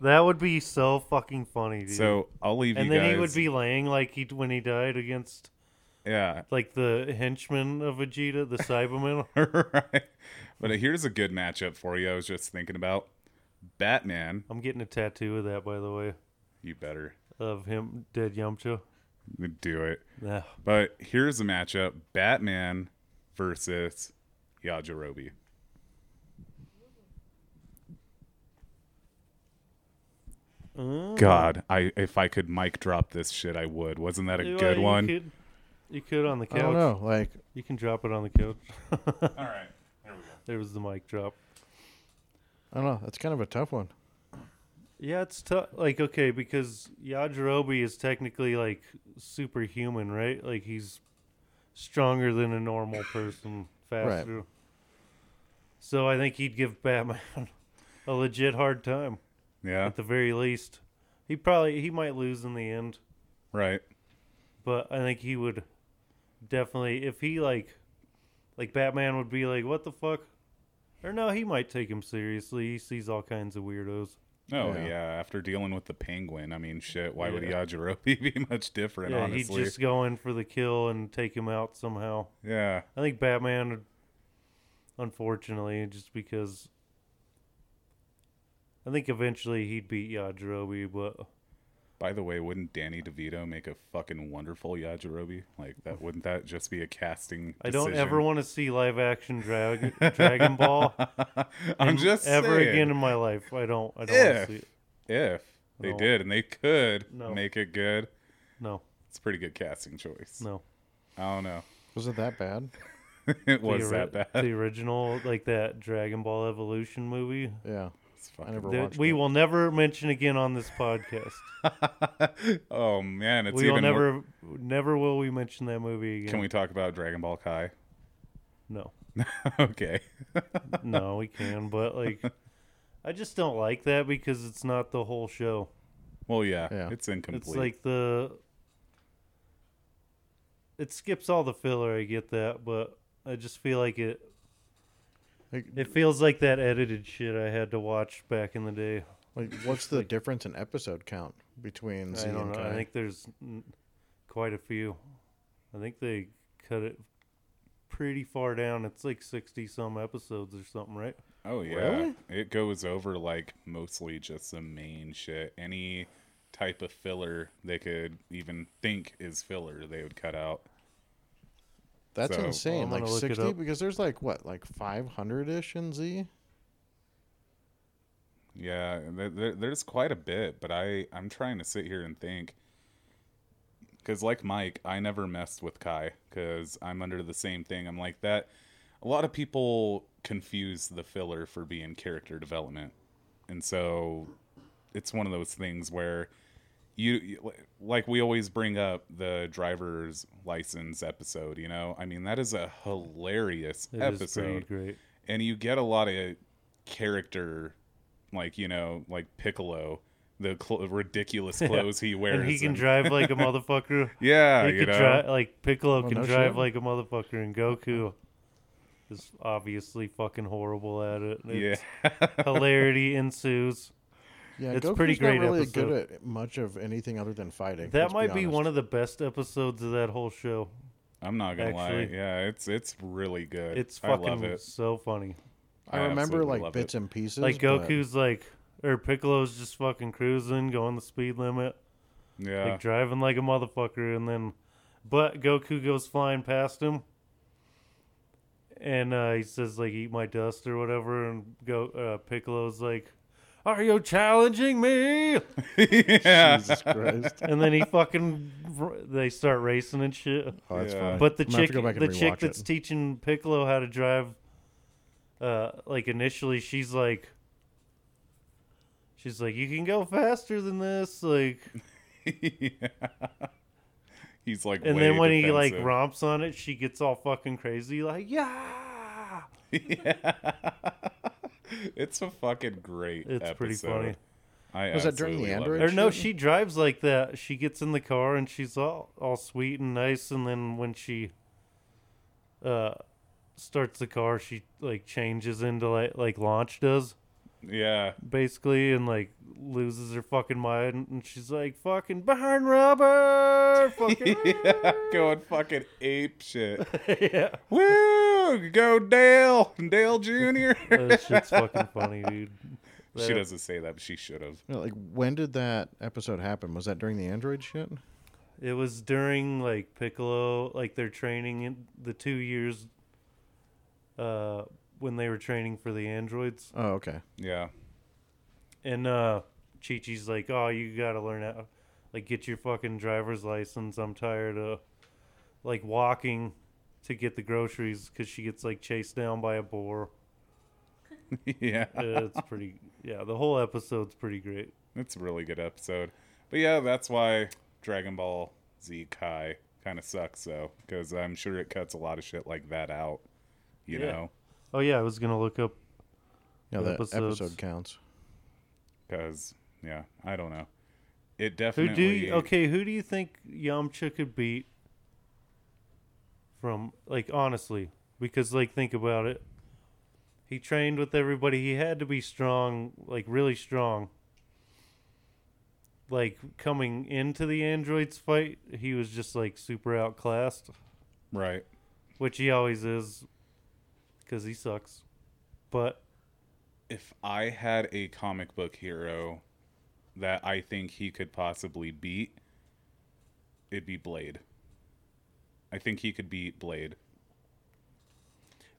[SPEAKER 4] That would be so fucking funny, dude.
[SPEAKER 2] So I'll leave
[SPEAKER 4] and
[SPEAKER 2] you
[SPEAKER 4] then
[SPEAKER 2] guys.
[SPEAKER 4] he would be laying like he when he died against
[SPEAKER 2] yeah.
[SPEAKER 4] like the henchman of Vegeta, the Cyberman.
[SPEAKER 2] right. But here's a good matchup for you. I was just thinking about Batman.
[SPEAKER 4] I'm getting a tattoo of that, by the way,
[SPEAKER 2] You better
[SPEAKER 4] of him dead Yamcha.
[SPEAKER 2] do it.
[SPEAKER 4] Nah.
[SPEAKER 2] But here's a matchup: Batman versus Yajirobe. God, I if I could mic drop this shit, I would. Wasn't that a
[SPEAKER 4] Yeah,
[SPEAKER 2] good
[SPEAKER 4] you
[SPEAKER 2] one?
[SPEAKER 4] Could, you could on the
[SPEAKER 3] I
[SPEAKER 4] couch.
[SPEAKER 3] don't know. Like,
[SPEAKER 4] You can drop it on the couch.
[SPEAKER 2] All right, here we go.
[SPEAKER 4] there was the mic drop.
[SPEAKER 3] I don't know. That's kind of a tough one.
[SPEAKER 4] Yeah, it's tough. Like, okay, because Yajirobe is technically like superhuman, right? Like he's stronger than a normal person, faster. So I think he'd give Batman a legit hard time
[SPEAKER 2] Yeah,
[SPEAKER 4] at the very least. He probably he might lose in the end,
[SPEAKER 2] right.
[SPEAKER 4] but I think he would definitely if he like like Batman would be like, "What the fuck?" Or no, he might take him seriously. He sees all kinds of weirdos.
[SPEAKER 2] Oh yeah.
[SPEAKER 3] Yeah.
[SPEAKER 2] after dealing with the Penguin, I mean, shit. Why would
[SPEAKER 4] Yeah.
[SPEAKER 2] Yajirobe be much different?
[SPEAKER 4] yeah,
[SPEAKER 2] honestly,
[SPEAKER 4] he'd just go in for the kill and take him out somehow.
[SPEAKER 2] yeah.
[SPEAKER 4] I think Batman, would- unfortunately, just because I think eventually he'd beat Yajirobe, but
[SPEAKER 2] By the way, wouldn't Danny DeVito make a fucking wonderful Yajirobe? Like that? Wouldn't that just be a casting?
[SPEAKER 4] I don't
[SPEAKER 2] decision?
[SPEAKER 4] ever want to see live action drag- Dragon Ball
[SPEAKER 2] I'm just
[SPEAKER 4] ever
[SPEAKER 2] saying,
[SPEAKER 4] again in my life. I don't. I don't want
[SPEAKER 2] If
[SPEAKER 4] to see it.
[SPEAKER 2] if they
[SPEAKER 4] No.
[SPEAKER 2] did and they could
[SPEAKER 4] No.
[SPEAKER 2] make it good,
[SPEAKER 4] No,
[SPEAKER 2] it's a pretty good casting choice.
[SPEAKER 4] no.
[SPEAKER 2] I don't know.
[SPEAKER 3] Was it that bad?
[SPEAKER 2] it
[SPEAKER 4] The
[SPEAKER 2] was
[SPEAKER 4] ori-
[SPEAKER 2] that bad.
[SPEAKER 4] The original, like that Dragon Ball Evolution movie.
[SPEAKER 3] Yeah.
[SPEAKER 2] It's fucking-
[SPEAKER 3] I never
[SPEAKER 4] that
[SPEAKER 3] watched
[SPEAKER 4] we
[SPEAKER 3] it.
[SPEAKER 4] will never mention again on this podcast.
[SPEAKER 2] oh man, it's
[SPEAKER 4] we will
[SPEAKER 2] even. more-
[SPEAKER 4] never, never will we mention that movie again.
[SPEAKER 2] Can we talk about Dragon Ball Kai?
[SPEAKER 4] No,
[SPEAKER 2] okay.
[SPEAKER 4] no, we can. But like, I just don't like that because it's not the whole show.
[SPEAKER 2] Well, yeah,
[SPEAKER 3] Yeah.
[SPEAKER 2] it's incomplete.
[SPEAKER 4] It's like the. It skips all the filler. I get that, but I just feel like it.
[SPEAKER 3] Like,
[SPEAKER 4] It feels like that edited shit I had to watch back in the day.
[SPEAKER 3] like, what's the difference in episode count between Z
[SPEAKER 4] I don't
[SPEAKER 3] and
[SPEAKER 4] know.
[SPEAKER 3] Kai?
[SPEAKER 4] I think there's mm, quite a few. I think they cut it pretty far down. It's like sixty some episodes or something, right?
[SPEAKER 2] Oh yeah, it goes over like mostly just the main shit. Any type of filler they could even think is filler, they would cut out.
[SPEAKER 3] That's
[SPEAKER 2] so-
[SPEAKER 4] Well, I'm
[SPEAKER 3] insane.
[SPEAKER 4] gonna
[SPEAKER 3] like
[SPEAKER 4] look it
[SPEAKER 3] 60?
[SPEAKER 4] up.
[SPEAKER 3] Because there's like, what, like 500 ish in Z?
[SPEAKER 2] Yeah, there, there, there's quite a bit, but I I'm trying to sit here and think. Cause like Mike, I never messed with Kai because I'm under the same thing. I'm like that. A lot of people confuse the filler for being character development, and so it's one of those things where you- you like we always bring up the driver's license episode. You know, I mean that is a hilarious
[SPEAKER 4] It is pretty
[SPEAKER 2] episode
[SPEAKER 4] great.
[SPEAKER 2] and you get a lot of character like you know like piccolo the cl- ridiculous clothes he wears
[SPEAKER 4] And he can drive like a motherfucker.
[SPEAKER 2] yeah Ah,
[SPEAKER 4] he
[SPEAKER 2] you
[SPEAKER 4] could
[SPEAKER 2] know
[SPEAKER 4] drive like Piccolo
[SPEAKER 3] Well,
[SPEAKER 4] can
[SPEAKER 3] Oh, no
[SPEAKER 4] drive
[SPEAKER 3] shit.
[SPEAKER 4] like a motherfucker, and Goku is obviously fucking horrible at it.
[SPEAKER 2] yeah
[SPEAKER 4] It's- hilarity ensues.
[SPEAKER 3] Yeah,
[SPEAKER 4] It's
[SPEAKER 3] Goku's
[SPEAKER 4] pretty great
[SPEAKER 3] not really
[SPEAKER 4] episode.
[SPEAKER 3] good at much of anything other than fighting.
[SPEAKER 4] That
[SPEAKER 3] let's
[SPEAKER 4] might be,
[SPEAKER 3] honest.
[SPEAKER 4] one of the best episodes of that whole show.
[SPEAKER 2] i'm not gonna lie
[SPEAKER 4] Actually-
[SPEAKER 2] yeah it's it's really good
[SPEAKER 4] It's
[SPEAKER 2] i love
[SPEAKER 4] fucking
[SPEAKER 2] it
[SPEAKER 4] so funny.
[SPEAKER 3] I
[SPEAKER 2] I
[SPEAKER 3] remember
[SPEAKER 2] absolutely
[SPEAKER 3] like
[SPEAKER 2] love
[SPEAKER 3] bits
[SPEAKER 2] it.
[SPEAKER 3] and pieces.
[SPEAKER 4] like
[SPEAKER 3] but-
[SPEAKER 4] Goku's like or Piccolo's just fucking cruising, going the speed limit,
[SPEAKER 2] yeah
[SPEAKER 4] like driving like a motherfucker, and then but Goku goes flying past him. And uh, he says like eat my dust or whatever, and go uh, Piccolo's like, "Are you challenging me?"
[SPEAKER 2] yeah
[SPEAKER 3] Jesus Christ.
[SPEAKER 4] and then he fucking r- they start racing and shit.
[SPEAKER 3] Oh, that's
[SPEAKER 2] Yeah.
[SPEAKER 3] funny.
[SPEAKER 4] But the
[SPEAKER 3] I'm gonna have
[SPEAKER 4] chick,
[SPEAKER 3] to go back and
[SPEAKER 4] the chick
[SPEAKER 3] rewatch
[SPEAKER 4] that's
[SPEAKER 3] it.
[SPEAKER 4] teaching Piccolo how to drive, uh, like initially, she's like, she's like, you can go faster than this, like.
[SPEAKER 2] he's like
[SPEAKER 4] And
[SPEAKER 2] way
[SPEAKER 4] then when he like
[SPEAKER 2] defensive.
[SPEAKER 4] romps on it, she gets all fucking crazy, like, yeah.
[SPEAKER 2] It's a fucking great
[SPEAKER 4] It's
[SPEAKER 2] episode.
[SPEAKER 4] pretty funny.
[SPEAKER 2] I
[SPEAKER 3] Was that during the
[SPEAKER 2] absolutely love
[SPEAKER 4] Or
[SPEAKER 2] it.
[SPEAKER 3] Android?
[SPEAKER 4] no,
[SPEAKER 3] shouldn't.
[SPEAKER 4] she drives like that. She gets in the car and she's all all sweet and nice, and then when she uh starts the car, she like changes into like like launch does
[SPEAKER 2] Yeah.
[SPEAKER 4] basically, and like loses her fucking mind, and she's like fucking barn robber, fucking
[SPEAKER 2] yeah. Going fucking ape shit.
[SPEAKER 4] yeah.
[SPEAKER 2] Woo! Go Dale! Dale Jr.
[SPEAKER 4] That shit's fucking funny, dude.
[SPEAKER 2] she doesn't say that, but she should have.
[SPEAKER 3] You know, like when did that episode happen? Was that during the Android shit?
[SPEAKER 4] It was during like Piccolo, like their training in the two years uh, when they were training for the androids,
[SPEAKER 3] Oh, okay.
[SPEAKER 2] Yeah.
[SPEAKER 4] and uh, Chi Chi's like, "Oh, you gotta learn how, like, get your fucking driver's license. I'm tired of like walking to get the groceries because she gets like chased down by a boar.
[SPEAKER 2] yeah.
[SPEAKER 4] Uh, it's pretty, yeah. The whole episode's pretty great.
[SPEAKER 2] It's a really good episode. But yeah, that's why Dragon Ball Z Kai kind of sucks, though, because I'm sure it cuts a lot of shit like that out. You
[SPEAKER 4] Yeah.
[SPEAKER 2] know?
[SPEAKER 4] Oh yeah, I was gonna look up.
[SPEAKER 3] Yeah, that
[SPEAKER 4] Episodes.
[SPEAKER 3] episode counts.
[SPEAKER 2] Because, yeah, I don't know. It
[SPEAKER 4] Who do
[SPEAKER 2] definitely.
[SPEAKER 4] you, okay? Who do you think Yamcha could beat? From like honestly, because like think about it, he trained with everybody. He had to be strong, like really strong. Like coming into the androids fight, he was just like super outclassed,
[SPEAKER 2] Right.
[SPEAKER 4] which he always is, because he sucks. But
[SPEAKER 2] if I had a comic book hero that I think he could possibly beat, it'd be Blade. I think he could beat Blade.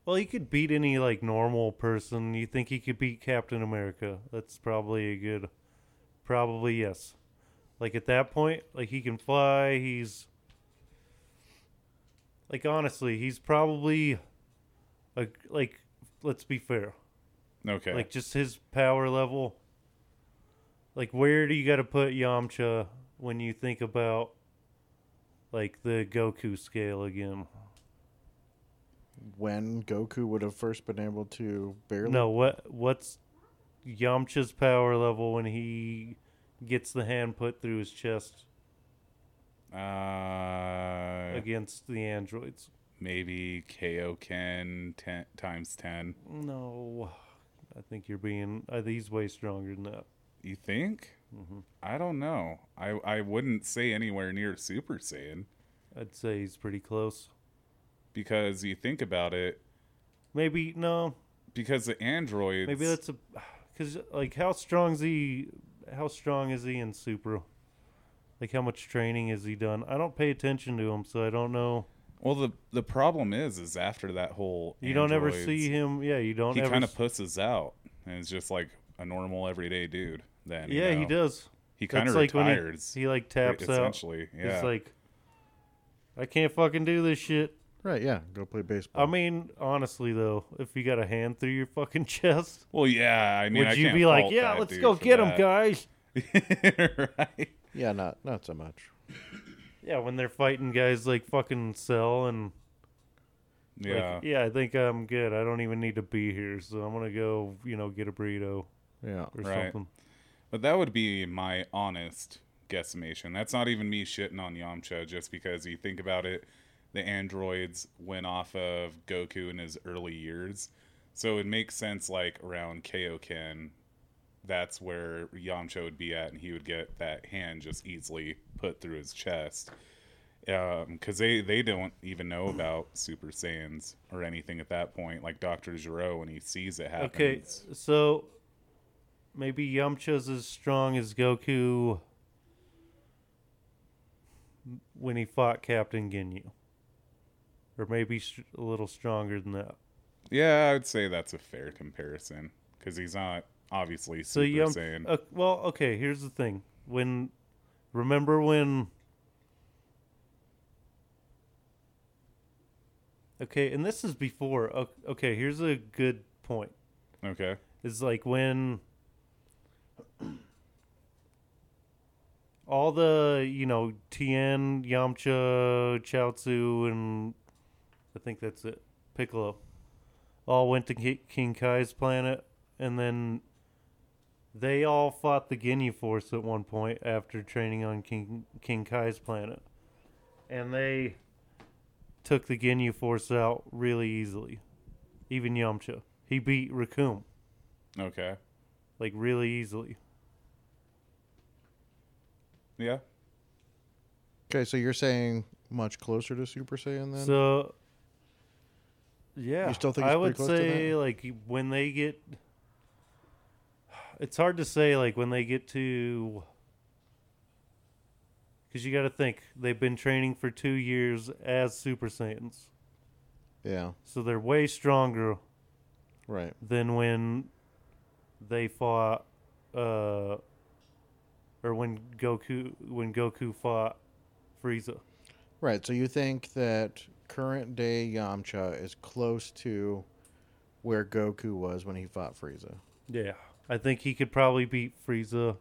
[SPEAKER 4] well, he could beat any like normal person. You think he could beat Captain America? That's probably a good. Probably yes. Like at that point, like he can fly. He's like honestly, he's probably a, like let's be fair.
[SPEAKER 2] Okay.
[SPEAKER 4] Like just his power level. Like where do you got to put Yamcha when you think about like the Goku scale again?
[SPEAKER 3] When Goku would have first been able to barely
[SPEAKER 4] No, what what's Yamcha's power level when he gets the hand put through his chest
[SPEAKER 2] uh,
[SPEAKER 4] against the androids?
[SPEAKER 2] maybe KO Ken ten, times 10.
[SPEAKER 4] No, I think you're being. I think he's way stronger than that.
[SPEAKER 2] You think?
[SPEAKER 4] Mm-hmm.
[SPEAKER 2] I don't know. I, I wouldn't say anywhere near Super Saiyan
[SPEAKER 4] I'd say he's pretty close.
[SPEAKER 2] because you think about it,
[SPEAKER 4] Maybe no.
[SPEAKER 2] because the androids.
[SPEAKER 4] Maybe that's a. Because like, how strong is he? How strong is he in Super? Like, how much training has he done? I don't pay attention to him, so I don't know.
[SPEAKER 2] Well, the the problem is, is after that whole
[SPEAKER 4] You don't ever
[SPEAKER 2] androids-
[SPEAKER 4] see him. Yeah, you don't
[SPEAKER 2] he
[SPEAKER 4] ever.
[SPEAKER 2] kind of
[SPEAKER 4] s-
[SPEAKER 2] pusses out and is just like a normal everyday dude. Then you
[SPEAKER 4] Yeah, he
[SPEAKER 2] know?
[SPEAKER 4] does.
[SPEAKER 2] He kind of
[SPEAKER 4] That's like when he-
[SPEAKER 2] retires. e-,
[SPEAKER 4] He, like taps out.
[SPEAKER 2] essentially. Yeah,
[SPEAKER 4] He's like, I can't fucking do this shit.
[SPEAKER 3] Right, yeah. Go play baseball.
[SPEAKER 4] I mean, honestly though, if you got a hand through your fucking chest,
[SPEAKER 2] well, yeah. I mean,
[SPEAKER 4] would
[SPEAKER 2] I
[SPEAKER 4] you
[SPEAKER 2] can't
[SPEAKER 4] be like,
[SPEAKER 2] fault
[SPEAKER 4] "Yeah,
[SPEAKER 2] that
[SPEAKER 4] let's
[SPEAKER 2] dude
[SPEAKER 4] go
[SPEAKER 2] for
[SPEAKER 4] get him,
[SPEAKER 2] that."
[SPEAKER 4] guys"?
[SPEAKER 2] right?
[SPEAKER 3] yeah, not not so much.
[SPEAKER 4] Yeah, when they're fighting guys like fucking Cell and like,
[SPEAKER 2] Yeah,
[SPEAKER 4] yeah, I think I'm good. I don't even need to be here, so I'm gonna go, you know, get a burrito
[SPEAKER 3] Yeah.
[SPEAKER 4] or
[SPEAKER 2] Right.
[SPEAKER 4] something.
[SPEAKER 2] but that would be my honest guesstimation. That's not even me shitting on Yamcha, just because you think about it. The androids went off of Goku in his early years, so it makes sense. Like around Kaioken, that's where Yamcha would be at, and he would get that hand just easily put through his chest. Because they, they don't even know about Super Saiyans or anything at that point. Like Dr. Giro, when he sees it happen.
[SPEAKER 4] Okay, so maybe Yamcha's as strong as Goku when he fought Captain Ginyu, or maybe str- a little stronger than that.
[SPEAKER 2] Yeah, I would say that's a fair comparison. Because he's not obviously
[SPEAKER 4] So
[SPEAKER 2] Super
[SPEAKER 4] Yamcha,
[SPEAKER 2] Saiyan.
[SPEAKER 4] uh, well, okay. Here's the thing: when remember when. Okay, and this is before. o- Okay, here's a good point.
[SPEAKER 2] okay.
[SPEAKER 4] is like when all the you know Tien, Yamcha, Chaozu, and I think that's it. Piccolo all went to Ki- King Kai's planet and then they all fought the Guinea Force at one point after training on King King Kai's planet, and they took the Guinea Force out really easily. Even Yamcha, he beat Raccoon
[SPEAKER 2] Okay.
[SPEAKER 4] like really easily.
[SPEAKER 2] Yeah.
[SPEAKER 3] Okay, so you're saying much closer to Super Saiyan then?
[SPEAKER 4] So, yeah,
[SPEAKER 3] You still think it's
[SPEAKER 4] I
[SPEAKER 3] pretty
[SPEAKER 4] would
[SPEAKER 3] close to
[SPEAKER 4] say
[SPEAKER 3] that?
[SPEAKER 4] like when they get, it's hard to say like when they get to, because you got to think they've been training for two years as Super Saiyans,
[SPEAKER 3] yeah,
[SPEAKER 4] so they're way stronger
[SPEAKER 3] right.
[SPEAKER 4] than when they fought, uh, or when Goku when Goku fought Frieza.
[SPEAKER 3] Right, so you think that current day Yamcha is close to where Goku was when he fought Frieza?
[SPEAKER 4] Yeah, I think he could probably beat Frieza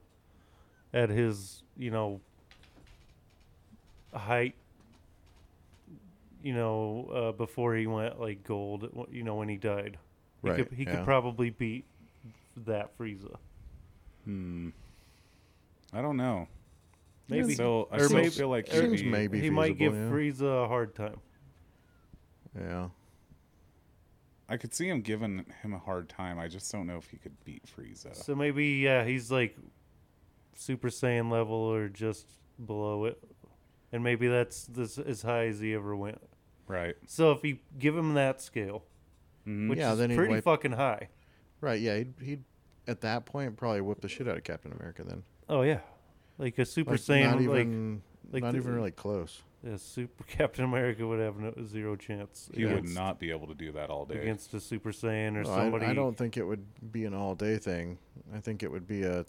[SPEAKER 4] at his, you know, height. You know, uh, before he went like gold. You know, when he died, he
[SPEAKER 3] Right,
[SPEAKER 4] Could, he
[SPEAKER 3] yeah.
[SPEAKER 4] could probably beat that Frieza.
[SPEAKER 2] I don't know.
[SPEAKER 4] Maybe.
[SPEAKER 2] So I
[SPEAKER 4] Or
[SPEAKER 2] still
[SPEAKER 4] maybe-
[SPEAKER 2] feel like he'd
[SPEAKER 4] or
[SPEAKER 3] seems
[SPEAKER 2] be-
[SPEAKER 3] maybe
[SPEAKER 4] he might give
[SPEAKER 3] feasible, yeah.
[SPEAKER 4] Frieza a hard time.
[SPEAKER 3] Yeah.
[SPEAKER 2] I could see him giving him a hard time. I just don't know if he could beat Frieza.
[SPEAKER 4] So maybe yeah, he's like Super Saiyan level or just below it, and maybe that's this as high as he ever went.
[SPEAKER 2] right.
[SPEAKER 4] So if you give him that scale,
[SPEAKER 2] Mm-hmm.
[SPEAKER 4] which
[SPEAKER 3] Yeah,
[SPEAKER 4] is
[SPEAKER 3] then he'd
[SPEAKER 4] pretty
[SPEAKER 3] wipe-
[SPEAKER 4] fucking high.
[SPEAKER 3] Right, yeah, he'd, he'd at that point probably whip the shit out of Captain America then.
[SPEAKER 4] Oh yeah, like a Super
[SPEAKER 3] Like,
[SPEAKER 4] Saiyan,
[SPEAKER 3] not
[SPEAKER 4] like
[SPEAKER 3] even,
[SPEAKER 4] like
[SPEAKER 3] not
[SPEAKER 4] the-
[SPEAKER 3] even really close.
[SPEAKER 4] a Super Captain America would have no, zero chance.
[SPEAKER 2] He would
[SPEAKER 4] against-
[SPEAKER 2] not be able to do that all day.
[SPEAKER 4] against a Super Saiyan or
[SPEAKER 3] No, Oh, I-
[SPEAKER 4] somebody.
[SPEAKER 3] I, don't think it would be an all day thing. I think it would be a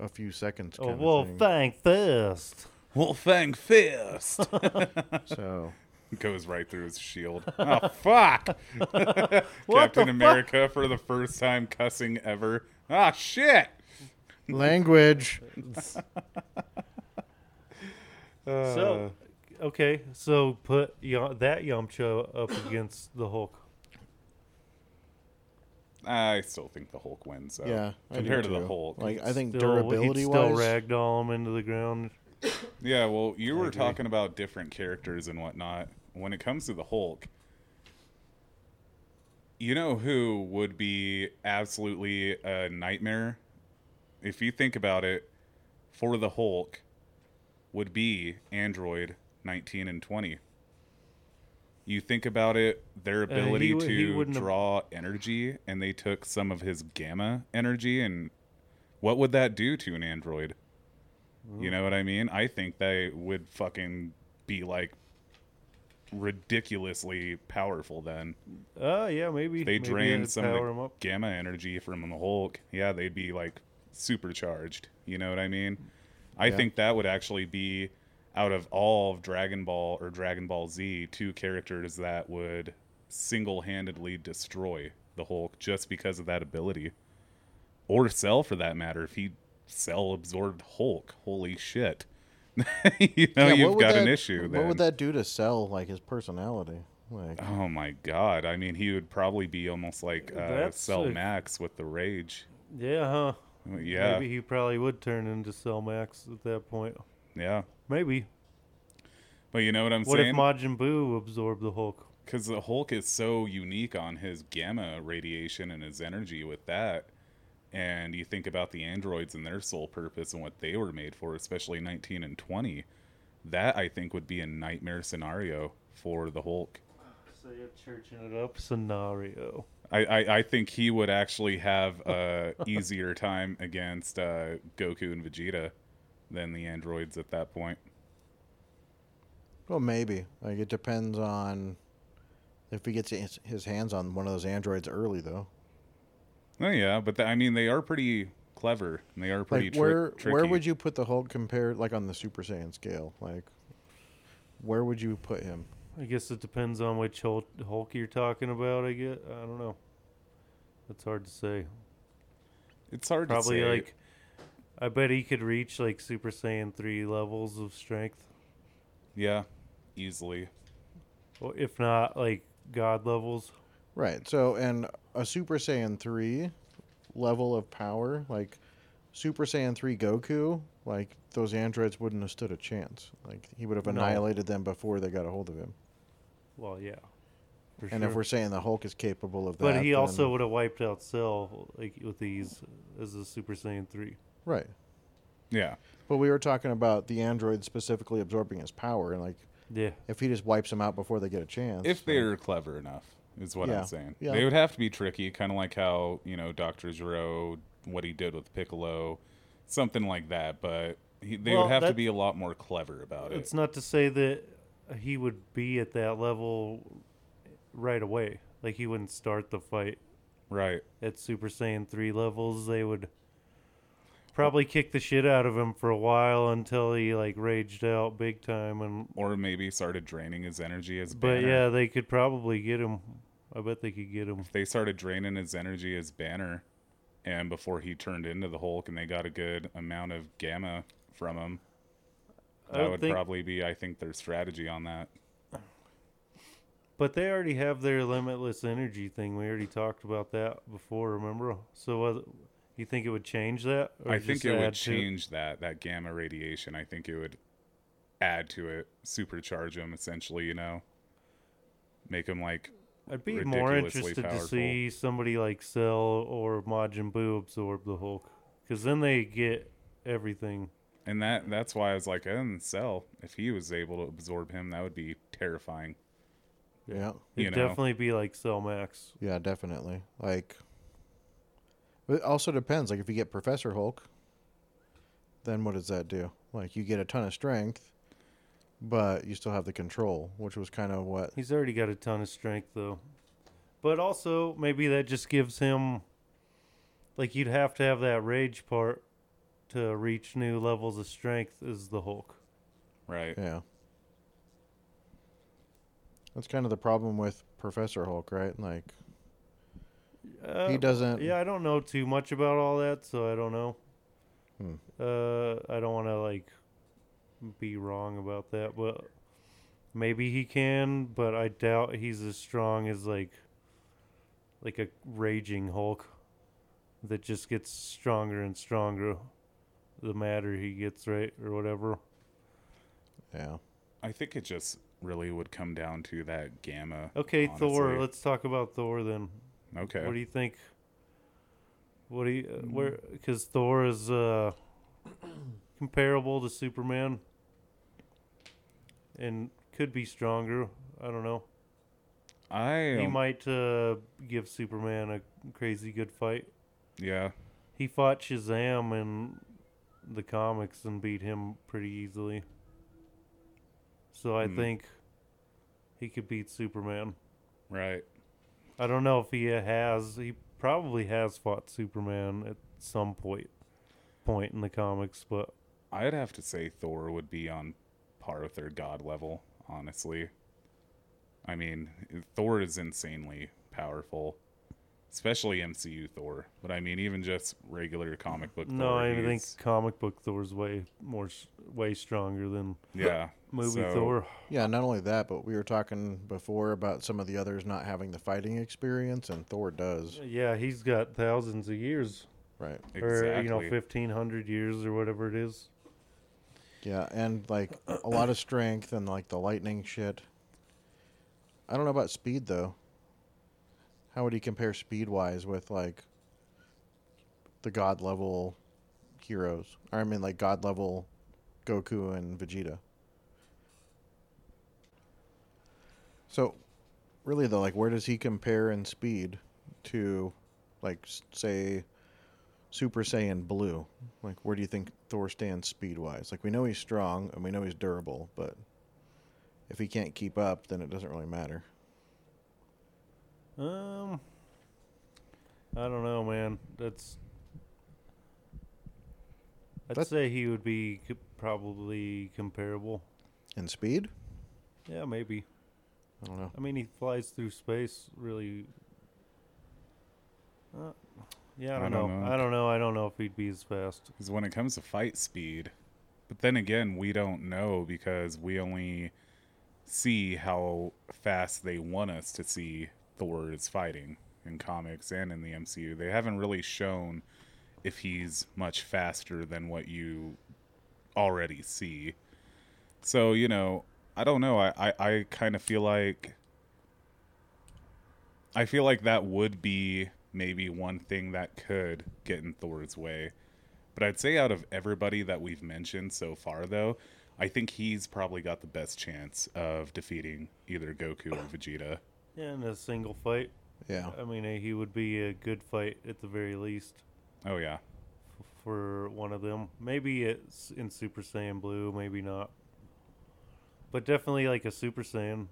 [SPEAKER 3] a few seconds.
[SPEAKER 4] Oh
[SPEAKER 3] kind
[SPEAKER 4] well,
[SPEAKER 3] of thing.
[SPEAKER 4] thank first.
[SPEAKER 2] Wolfang Fist
[SPEAKER 3] So
[SPEAKER 2] goes right through his shield. Oh fuck! Captain America for the first time cussing ever. Ah shit!
[SPEAKER 3] language.
[SPEAKER 2] Uh,
[SPEAKER 4] so okay, so put Ya- that Yamcha up against the Hulk.
[SPEAKER 2] Uh, I still think the Hulk wins. Though.
[SPEAKER 3] Yeah, I do
[SPEAKER 2] compared to the
[SPEAKER 3] too.
[SPEAKER 2] Hulk.
[SPEAKER 3] Like I think
[SPEAKER 4] Still,
[SPEAKER 3] durability
[SPEAKER 4] he'd still
[SPEAKER 3] wise,
[SPEAKER 4] ragdoll him into the ground.
[SPEAKER 2] yeah, well, you were
[SPEAKER 4] agree.
[SPEAKER 2] talking about different characters and whatnot. When it comes to the Hulk, you know who would be absolutely a nightmare if you think about it for the Hulk would be Android 19 and 20. You think about it, their
[SPEAKER 4] Uh, he
[SPEAKER 2] ability
[SPEAKER 4] would- he
[SPEAKER 2] to
[SPEAKER 4] wouldn't have-
[SPEAKER 2] draw energy, and they took some of his gamma energy, and what would that do to an android? You know what I mean? I think they would fucking be like ridiculously powerful then.
[SPEAKER 4] Oh yeah, maybe
[SPEAKER 2] They
[SPEAKER 4] maybe
[SPEAKER 2] drained
[SPEAKER 4] it'd
[SPEAKER 2] some
[SPEAKER 4] power him
[SPEAKER 2] of
[SPEAKER 4] up.
[SPEAKER 2] the gamma energy from the Hulk. Yeah, they'd be like supercharged. You know what I mean? I
[SPEAKER 3] Yeah.
[SPEAKER 2] think that would actually be out of all of Dragon Ball or Dragon Ball Z, two characters that would single handedly destroy the Hulk just because of that ability. Or Cell for that matter. If he Cell absorbed Hulk, holy shit. you
[SPEAKER 3] Yeah,
[SPEAKER 2] know,
[SPEAKER 3] what
[SPEAKER 2] you've
[SPEAKER 3] would
[SPEAKER 2] got
[SPEAKER 3] that-
[SPEAKER 2] an issue
[SPEAKER 3] What
[SPEAKER 2] then.
[SPEAKER 3] would that do to sell like his personality? Like
[SPEAKER 2] Oh my god! I mean, he would probably be almost like uh,
[SPEAKER 4] That's
[SPEAKER 2] Cell
[SPEAKER 4] a-
[SPEAKER 2] Max with the rage.
[SPEAKER 4] Yeah, huh?
[SPEAKER 2] Yeah,
[SPEAKER 4] Maybe he probably would turn into Cell Max at that point.
[SPEAKER 2] yeah.
[SPEAKER 4] Maybe.
[SPEAKER 2] But you know what I'm
[SPEAKER 4] What if
[SPEAKER 2] saying?
[SPEAKER 4] Majin Buu absorbed the Hulk?
[SPEAKER 2] Because the Hulk is so unique on his gamma radiation and his energy with that. And you think about the androids and their sole purpose and what they were made for, especially 19 and 20. That I think would be a nightmare scenario for the Hulk.
[SPEAKER 4] Say a churching it up scenario.
[SPEAKER 2] I, I, I think he would actually have a easier time against uh, Goku and Vegeta than the androids at that point.
[SPEAKER 3] Well, maybe. Like it depends on if he gets his, his hands on one of those androids early, though.
[SPEAKER 2] Oh yeah, but th- I mean they are pretty clever and they are pretty
[SPEAKER 3] Like where
[SPEAKER 2] tri-
[SPEAKER 3] where
[SPEAKER 2] tricky.
[SPEAKER 3] would you put the Hulk compared, like on the Super Saiyan scale? Like where would you put him?
[SPEAKER 4] I guess it depends on which Hulk, Hulk you're talking about. I get. I don't know. It's hard to say.
[SPEAKER 2] It's hard
[SPEAKER 4] Probably
[SPEAKER 2] to say.
[SPEAKER 4] like. I bet he could reach like Super Saiyan three levels of strength,
[SPEAKER 2] yeah, easily.
[SPEAKER 4] or if not like God levels.
[SPEAKER 3] Right. So, and a Super Saiyan three level of power, like Super Saiyan 3 Goku, like those androids wouldn't have stood a chance. Like he would have
[SPEAKER 4] No.
[SPEAKER 3] annihilated them before they got a hold of him.
[SPEAKER 4] Well, yeah. For
[SPEAKER 3] And if
[SPEAKER 4] sure.
[SPEAKER 3] we're saying the Hulk is capable of that,
[SPEAKER 4] but he
[SPEAKER 3] then-
[SPEAKER 4] also would have wiped out Cell like with these as a Super Saiyan three.
[SPEAKER 3] right.
[SPEAKER 2] Yeah.
[SPEAKER 3] But we were talking about the android specifically absorbing his power, and like
[SPEAKER 4] Yeah,
[SPEAKER 3] if he just wipes them out before they get a chance,
[SPEAKER 2] If they're clever enough, is what
[SPEAKER 3] Yeah.
[SPEAKER 2] I'm saying.
[SPEAKER 3] Yeah.
[SPEAKER 2] They would have to be tricky, kind of like how, you know, Dr. Giro, what he did with Piccolo, something like that. But he, they
[SPEAKER 4] Well,
[SPEAKER 2] would have to
[SPEAKER 4] that-
[SPEAKER 2] be a lot more clever about it.
[SPEAKER 4] it's not to say that he would be at that level right away. Like he wouldn't start the fight
[SPEAKER 2] Right.
[SPEAKER 4] at Super Saiyan three levels. They would probably kick the shit out of him for a while until he like raged out big time. And
[SPEAKER 2] Or maybe started draining his energy as
[SPEAKER 4] but
[SPEAKER 2] Banner.
[SPEAKER 4] yeah, they could probably get him. I bet they could get him.
[SPEAKER 2] They started draining his energy as Banner. And before he turned into the Hulk and they got a good amount of gamma from him,
[SPEAKER 4] I
[SPEAKER 2] that
[SPEAKER 4] don't
[SPEAKER 2] would
[SPEAKER 4] think-
[SPEAKER 2] probably be, I think, their strategy on that.
[SPEAKER 4] But they already have their limitless energy thing. We already talked about that before, remember? So uh, you think it would change that?
[SPEAKER 2] I think
[SPEAKER 4] just
[SPEAKER 2] it would
[SPEAKER 4] add to
[SPEAKER 2] change that that gamma radiation. I think it would add to it, supercharge them essentially. You know, make them like
[SPEAKER 4] I'd be more
[SPEAKER 2] ridiculously
[SPEAKER 4] interested
[SPEAKER 2] powerful.
[SPEAKER 4] to see somebody like Cell or Majin Buu absorb the Hulk. Because then they get everything.
[SPEAKER 2] and that that's why I was like, and Cell, if he was able to absorb him, that would be terrifying.
[SPEAKER 3] yeah,
[SPEAKER 2] You
[SPEAKER 4] It'd
[SPEAKER 2] know.
[SPEAKER 4] definitely be like Cell Max.
[SPEAKER 3] yeah, definitely. Like, but it also depends. Like if you get Professor Hulk, then what does that do? Like you get a ton of strength, but you still have the control, which was kind of what.
[SPEAKER 4] He's already got a ton of strength, though. But also, maybe that just gives him. Like, you'd have to have that rage part to reach new levels of strength as the Hulk.
[SPEAKER 2] Right?
[SPEAKER 3] Yeah. That's kind of the problem with Professor Hulk, right? Like
[SPEAKER 4] Uh,
[SPEAKER 3] he doesn't.
[SPEAKER 4] Yeah, I don't know too much about all that, so I don't know.
[SPEAKER 3] Hmm.
[SPEAKER 4] Uh, I don't want to like be wrong about that, but maybe he can, but I doubt he's as strong as like like a raging Hulk that just gets stronger and stronger the madder he gets, right, or whatever.
[SPEAKER 3] Yeah.
[SPEAKER 2] I think it just really would come down to that gamma.
[SPEAKER 4] Okay, Thor.
[SPEAKER 2] honestly.
[SPEAKER 4] Let's talk about Thor then.
[SPEAKER 2] okay.
[SPEAKER 4] What do you think? What do you uh, where? Because Thor is uh, comparable to Superman, and could be stronger. I don't know.
[SPEAKER 2] I
[SPEAKER 4] He
[SPEAKER 2] am-
[SPEAKER 4] might uh, give Superman a crazy good fight.
[SPEAKER 2] yeah.
[SPEAKER 4] He fought Shazam in the comics and beat him pretty easily. So I
[SPEAKER 2] Hmm.
[SPEAKER 4] think he could beat Superman.
[SPEAKER 2] Right.
[SPEAKER 4] I don't know if he has. He probably has fought Superman at some point point in the comics, but
[SPEAKER 2] I'd have to say Thor would be on par with their god level, honestly. I mean, Thor is insanely powerful, especially MCU Thor. But I mean, even just regular comic book.
[SPEAKER 4] no,
[SPEAKER 2] Thor,
[SPEAKER 4] I think
[SPEAKER 2] he's-
[SPEAKER 4] comic book Thor's way more s- way stronger than
[SPEAKER 2] Yeah,
[SPEAKER 4] movie
[SPEAKER 2] so-
[SPEAKER 4] Thor.
[SPEAKER 3] Yeah, not only that, but we were talking before about some of the others not having the fighting experience, and Thor does.
[SPEAKER 4] Yeah, he's got thousands of years,
[SPEAKER 3] Right.
[SPEAKER 2] Exactly.
[SPEAKER 4] or you know, fifteen hundred years, or whatever it is.
[SPEAKER 3] Yeah, and like a lot of strength and like the lightning shit. I don't know about speed though. How would he compare speed wise with like the god level heroes? Or I mean, like god level Goku and Vegeta. So, really though, like where does he compare in speed to, like, s- say, Super Saiyan Blue? Like, where do you think Thor stands speed wise? Like, we know he's strong and we know he's durable, but if he can't keep up, then it doesn't really matter.
[SPEAKER 4] Um, I don't know, man. That's. I'd
[SPEAKER 3] That's-
[SPEAKER 4] say he would be co- probably comparable.
[SPEAKER 3] And speed?
[SPEAKER 4] Yeah, maybe.
[SPEAKER 3] I don't know.
[SPEAKER 4] I mean, he flies through space really. Uh, yeah, I don't, know. I don't know. I don't know if he'd be as fast.
[SPEAKER 2] is when it comes to fight speed. But then again, we don't know because we only see how fast they want us to see Thor is fighting. in comics and in the MCU. They haven't really shown if he's much faster than what you already see. So, you know, I don't know. I, I, I kind of feel like. I feel like that would be maybe one thing that could get in Thor's way. But I'd say out of everybody that we've mentioned so far, though, I think he's probably got the best chance of defeating either Goku or Vegeta.
[SPEAKER 4] Yeah, in a single fight.
[SPEAKER 3] Yeah.
[SPEAKER 4] I mean, eh, he would be a good fight at the very least
[SPEAKER 2] Oh, yeah.
[SPEAKER 4] f- for one of them. Maybe it's in Super Saiyan Blue, maybe not. But definitely like a Super Saiyan.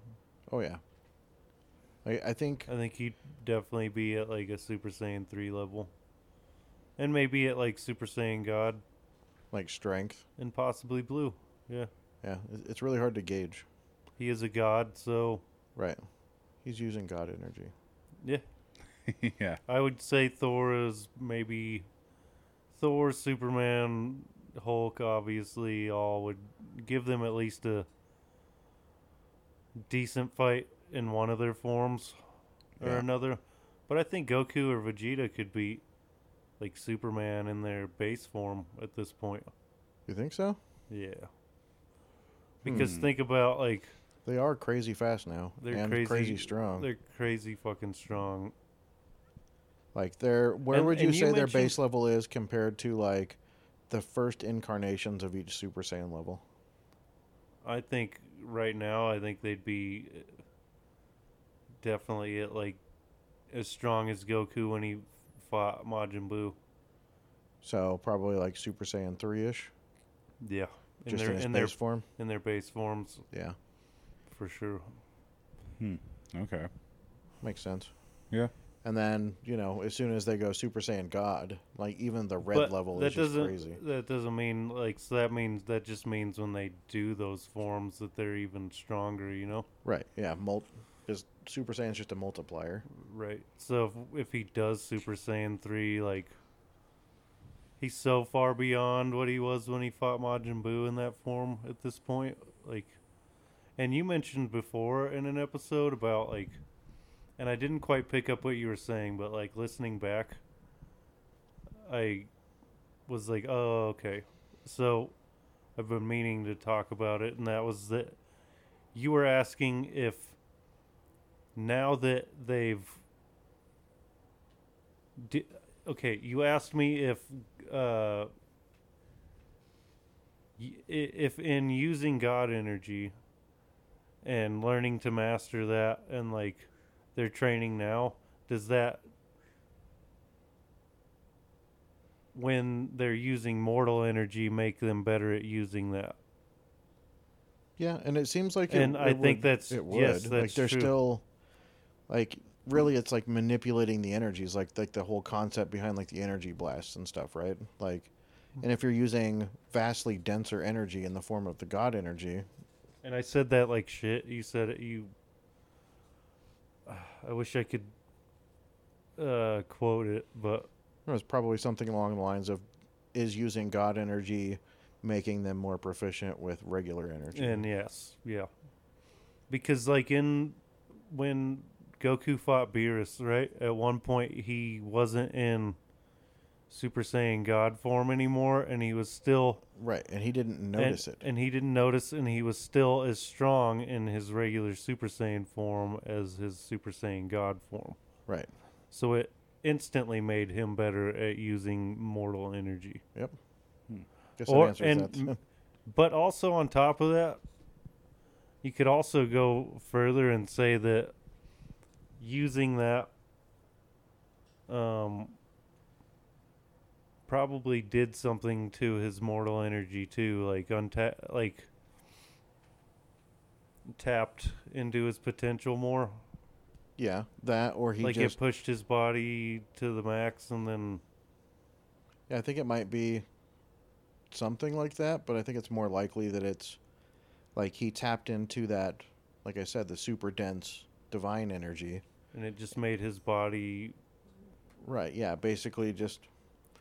[SPEAKER 3] Oh yeah. I, I think
[SPEAKER 4] I think he'd definitely be at like a Super Saiyan 3 level. And maybe at like Super Saiyan God
[SPEAKER 3] like strength.
[SPEAKER 4] and possibly Blue. Yeah.
[SPEAKER 3] Yeah, it- it's really hard to gauge.
[SPEAKER 4] He is a god, so
[SPEAKER 3] Right. He's using God energy.
[SPEAKER 4] yeah.
[SPEAKER 2] yeah.
[SPEAKER 4] I would say Thor is maybe Thor, Superman, Hulk. Obviously, all would give them at least a decent fight in one of their forms or
[SPEAKER 3] Yeah.
[SPEAKER 4] another. But I think Goku or Vegeta could beat like Superman in their base form at this point.
[SPEAKER 3] You think so?
[SPEAKER 4] Yeah. Because think about like
[SPEAKER 3] They are crazy fast now
[SPEAKER 4] they're
[SPEAKER 3] Hmm. and
[SPEAKER 4] crazy,
[SPEAKER 3] crazy, strong.
[SPEAKER 4] They're crazy fucking strong.
[SPEAKER 3] like they're where
[SPEAKER 4] And-
[SPEAKER 3] would you
[SPEAKER 4] and you
[SPEAKER 3] say their
[SPEAKER 4] mentioned-
[SPEAKER 3] base level is compared to like the first incarnations of each Super Saiyan level?
[SPEAKER 4] I think right now, I think they'd be definitely at like as strong as Goku when he fought Majin Buu.
[SPEAKER 3] So probably like Super Saiyan three ish,
[SPEAKER 4] Yeah, in
[SPEAKER 3] just
[SPEAKER 4] their
[SPEAKER 3] in his
[SPEAKER 4] in
[SPEAKER 3] base
[SPEAKER 4] their
[SPEAKER 3] form.
[SPEAKER 4] in their base forms
[SPEAKER 3] Yeah,
[SPEAKER 4] for sure.
[SPEAKER 2] Okay.
[SPEAKER 3] makes sense.
[SPEAKER 2] Yeah.
[SPEAKER 3] And then you know, as soon as they go Super Saiyan God, like even the red
[SPEAKER 4] But
[SPEAKER 3] level
[SPEAKER 4] that
[SPEAKER 3] is just
[SPEAKER 4] doesn't
[SPEAKER 3] crazy.
[SPEAKER 4] that doesn't mean like so that means that just means when they do those forms that they're even stronger. You know,
[SPEAKER 3] Right? Yeah, mul- is Super Saiyan's just a multiplier.
[SPEAKER 4] right? So if, if he does Super Saiyan three, like. He's so far beyond what he was when he fought Majin Buu in that form at this point. Like, and you mentioned before in an episode about like, and I didn't quite pick up what you were saying, but like listening back, I was like, oh, okay. So I've been meaning to talk about it, and that was that you were asking if now that they've. Di- okay, you asked me if. Uh, y- i- if in using God energy and learning to master that and like their training now, does that when they're using mortal energy make them better at using that?
[SPEAKER 3] Yeah, and it seems like it,
[SPEAKER 4] And I
[SPEAKER 3] it
[SPEAKER 4] think
[SPEAKER 3] would-
[SPEAKER 4] that's-
[SPEAKER 3] it would.
[SPEAKER 4] yes,
[SPEAKER 3] like
[SPEAKER 4] that's
[SPEAKER 3] they're
[SPEAKER 4] true.
[SPEAKER 3] still like really it's like manipulating the energies like like the whole concept behind like the energy blasts and stuff, right? Like and if you're using vastly denser energy in the form of the god energy,
[SPEAKER 4] And I said that like shit. You said it, you. I wish I could uh, quote it, but
[SPEAKER 3] it was probably something along the lines of is using god energy making them more proficient with regular energy.
[SPEAKER 4] And yes, yeah. Because like in when Goku fought Beerus, right? At one point he wasn't in Super Saiyan God form anymore and he was still
[SPEAKER 3] right, and he didn't notice
[SPEAKER 4] and,
[SPEAKER 3] it.
[SPEAKER 4] And he didn't notice and he was still as strong in his regular Super Saiyan form as his Super Saiyan God form.
[SPEAKER 3] right.
[SPEAKER 4] So it instantly made him better at using mortal energy.
[SPEAKER 3] Yep. Guess that
[SPEAKER 4] Hmm. Or-
[SPEAKER 3] answers
[SPEAKER 4] and
[SPEAKER 3] that.
[SPEAKER 4] m- but also on top of that, you could also go further and say that using that um, probably did something to his mortal energy too, like unta- like tapped into his potential more.
[SPEAKER 3] yeah, that or he
[SPEAKER 4] like
[SPEAKER 3] just
[SPEAKER 4] it pushed his body to the max and then
[SPEAKER 3] Yeah, I think it might be something like that, but I think it's more likely that it's like he tapped into that, like I said, the super dense divine energy.
[SPEAKER 4] and it just made his body
[SPEAKER 3] Right. Yeah. Basically, just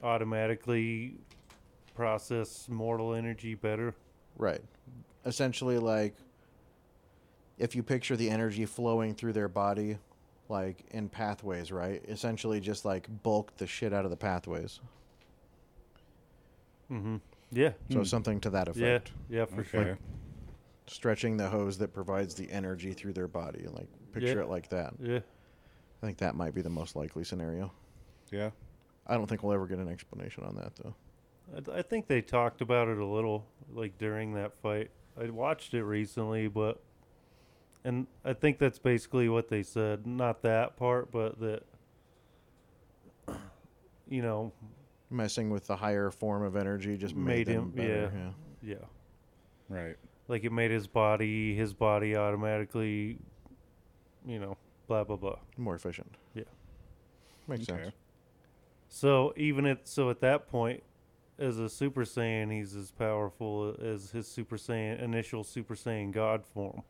[SPEAKER 4] automatically process mortal energy better.
[SPEAKER 3] right. Essentially, like if you picture the energy flowing through their body, like in pathways, right? Essentially, just like bulk the shit out of the pathways.
[SPEAKER 4] Yeah.
[SPEAKER 3] So something to that
[SPEAKER 4] Hmm. Yeah.
[SPEAKER 3] effect.
[SPEAKER 4] Yeah, for
[SPEAKER 2] Okay.
[SPEAKER 4] sure.
[SPEAKER 3] Stretching the hose that provides the energy through their body, like picture
[SPEAKER 4] Yeah.
[SPEAKER 3] it like that.
[SPEAKER 4] Yeah.
[SPEAKER 3] I think that might be the most likely scenario.
[SPEAKER 2] Yeah.
[SPEAKER 3] I don't think we'll ever get an explanation on that though.
[SPEAKER 4] I, th- I think they talked about it a little, like during that fight. I watched it recently, but and I think that's basically what they said. Not that part, but that you know,
[SPEAKER 3] Messing with the higher form of energy just made,
[SPEAKER 4] Made
[SPEAKER 3] them
[SPEAKER 4] him-
[SPEAKER 3] better.
[SPEAKER 4] yeah.
[SPEAKER 3] yeah.
[SPEAKER 4] yeah,
[SPEAKER 2] Right.
[SPEAKER 4] like it made his body, his body automatically, you know, blah blah blah.
[SPEAKER 3] more efficient.
[SPEAKER 4] Yeah.
[SPEAKER 3] Makes
[SPEAKER 2] Okay.
[SPEAKER 3] sense.
[SPEAKER 4] So even at so at that point, as a Super Saiyan, he's as powerful as his Super Saiyan initial Super Saiyan God form.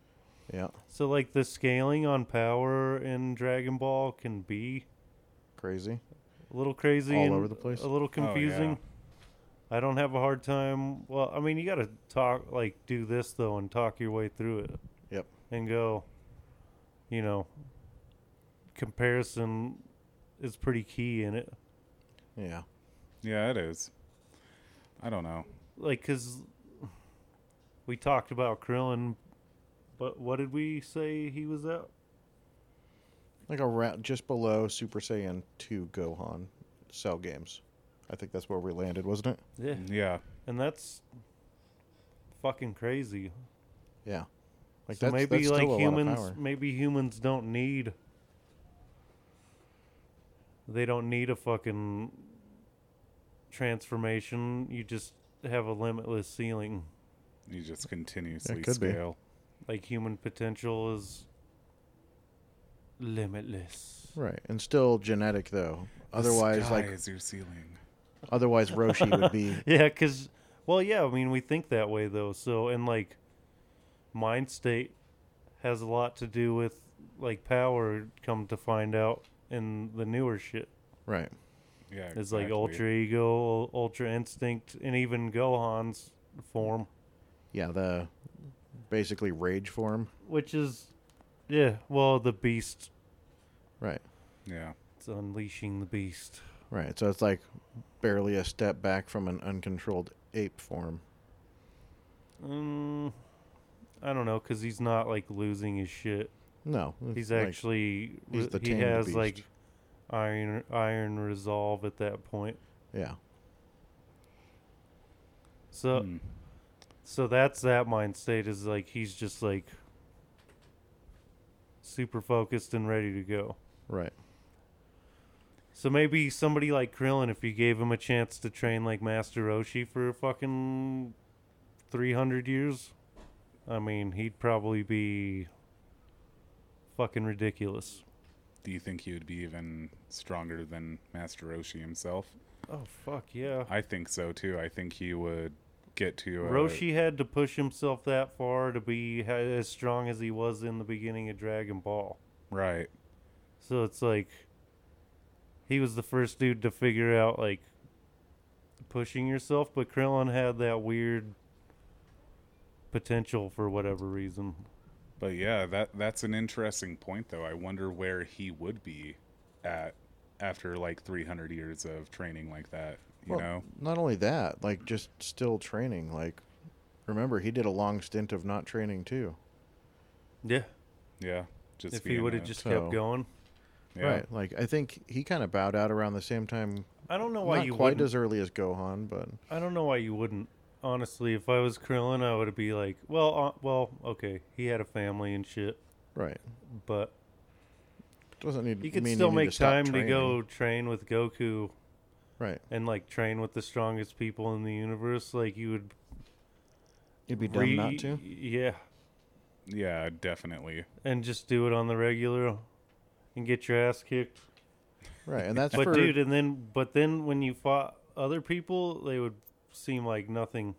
[SPEAKER 3] Yeah.
[SPEAKER 4] So like the scaling on power in Dragon Ball can be
[SPEAKER 3] Crazy.
[SPEAKER 4] a little crazy,
[SPEAKER 3] All
[SPEAKER 4] and
[SPEAKER 3] over the place.
[SPEAKER 4] a little confusing. I don't have a hard time. Well, I mean, you got to talk like do this though and talk your way through it
[SPEAKER 3] Yep.
[SPEAKER 4] and go. You know, comparison is pretty key in it.
[SPEAKER 3] Yeah.
[SPEAKER 2] Yeah, it is. I don't know.
[SPEAKER 4] Like, cause we talked about Krillin, but what did we say he was at?
[SPEAKER 3] Like around just below Super Saiyan 2 Gohan Cell Games. I think that's where we landed, wasn't it?
[SPEAKER 4] Yeah,
[SPEAKER 2] Yeah.
[SPEAKER 4] and that's fucking crazy.
[SPEAKER 3] Yeah. Like
[SPEAKER 4] so
[SPEAKER 3] that's,
[SPEAKER 4] maybe
[SPEAKER 3] that's
[SPEAKER 4] like
[SPEAKER 3] still a lot of
[SPEAKER 4] humans
[SPEAKER 3] power.
[SPEAKER 4] maybe humans don't need they don't need a fucking transformation. You just have a limitless ceiling.
[SPEAKER 2] You just continuously
[SPEAKER 3] It could be.
[SPEAKER 2] scale.
[SPEAKER 4] Like human potential is limitless.
[SPEAKER 3] Right. And still genetic though. Otherwise
[SPEAKER 2] Sky
[SPEAKER 3] like
[SPEAKER 2] is your ceiling.
[SPEAKER 3] otherwise Roshi would be
[SPEAKER 4] Yeah, cuz well, yeah, I mean we think that way though. So and like mind state has a lot to do with like power come to find out in the newer shit.
[SPEAKER 3] right.
[SPEAKER 2] Yeah.
[SPEAKER 4] It's like
[SPEAKER 2] exactly.
[SPEAKER 4] Ultra Ego, Ultra Instinct, and even Gohan's form,
[SPEAKER 3] Yeah, the basically rage form.
[SPEAKER 4] which is, yeah, well, the beast.
[SPEAKER 3] Right.
[SPEAKER 2] Yeah.
[SPEAKER 4] It's unleashing the beast.
[SPEAKER 3] Right. So it's like barely a step back from an uncontrolled ape form.
[SPEAKER 4] Um, I don't know, because he's not like losing his shit.
[SPEAKER 3] No.
[SPEAKER 4] He's
[SPEAKER 3] like-
[SPEAKER 4] actually
[SPEAKER 3] he's
[SPEAKER 4] re-
[SPEAKER 3] the
[SPEAKER 4] he
[SPEAKER 3] tamed
[SPEAKER 4] has
[SPEAKER 3] beast.
[SPEAKER 4] like iron iron resolve at that point.
[SPEAKER 3] Yeah.
[SPEAKER 4] So
[SPEAKER 2] Hmm.
[SPEAKER 4] so that's that mind state is like he's just like super focused and ready to go.
[SPEAKER 3] Right.
[SPEAKER 4] So maybe somebody like Krillin, if you gave him a chance to train like Master Roshi for fucking 300 years, I mean, he'd probably be fucking ridiculous.
[SPEAKER 2] Do you think he would be even stronger than Master Roshi himself?
[SPEAKER 4] Oh, fuck yeah.
[SPEAKER 2] I think so too. I think he would get to a,
[SPEAKER 4] Roshi had to push himself that far to be ha- as strong as he was in the beginning of Dragon Ball.
[SPEAKER 2] Right.
[SPEAKER 4] So it's like he was the first dude to figure out like pushing yourself, but Krillin had that weird potential for whatever reason.
[SPEAKER 2] But yeah, that that's an interesting point though. I wonder where he would be at after like 300 years of training like that, you
[SPEAKER 3] Well,
[SPEAKER 2] know.
[SPEAKER 3] Not only that, like just still training. Like, remember he did a long stint of not training too.
[SPEAKER 4] Yeah.
[SPEAKER 2] Yeah. Just
[SPEAKER 4] If he
[SPEAKER 2] being
[SPEAKER 4] would
[SPEAKER 2] a-
[SPEAKER 4] have just
[SPEAKER 3] So-
[SPEAKER 4] kept going.
[SPEAKER 2] yeah.
[SPEAKER 3] Right. Like I think he kind of bowed out around the same time.
[SPEAKER 4] I don't know why
[SPEAKER 3] not
[SPEAKER 4] you
[SPEAKER 3] quite
[SPEAKER 4] wouldn't.
[SPEAKER 3] as early as Gohan, but
[SPEAKER 4] I don't know why you wouldn't. Honestly, if I was Krillin, I would be like, well, uh, well, okay, he had a family and shit,
[SPEAKER 3] right.
[SPEAKER 4] but
[SPEAKER 3] Doesn't need.
[SPEAKER 4] you could
[SPEAKER 3] mean
[SPEAKER 4] still
[SPEAKER 3] need
[SPEAKER 4] make
[SPEAKER 3] to stop
[SPEAKER 4] time to
[SPEAKER 3] training.
[SPEAKER 4] go train with Goku
[SPEAKER 3] Right.
[SPEAKER 4] and like train with the strongest people in the universe. Like you would
[SPEAKER 3] You'd be dumb
[SPEAKER 4] re-
[SPEAKER 3] not to.
[SPEAKER 4] yeah,
[SPEAKER 2] Yeah, definitely.
[SPEAKER 4] and just do it on the regular and get your ass kicked.
[SPEAKER 3] Right, and that's
[SPEAKER 4] But
[SPEAKER 3] for
[SPEAKER 4] dude, and then but then when you fought other people, they would seem like nothing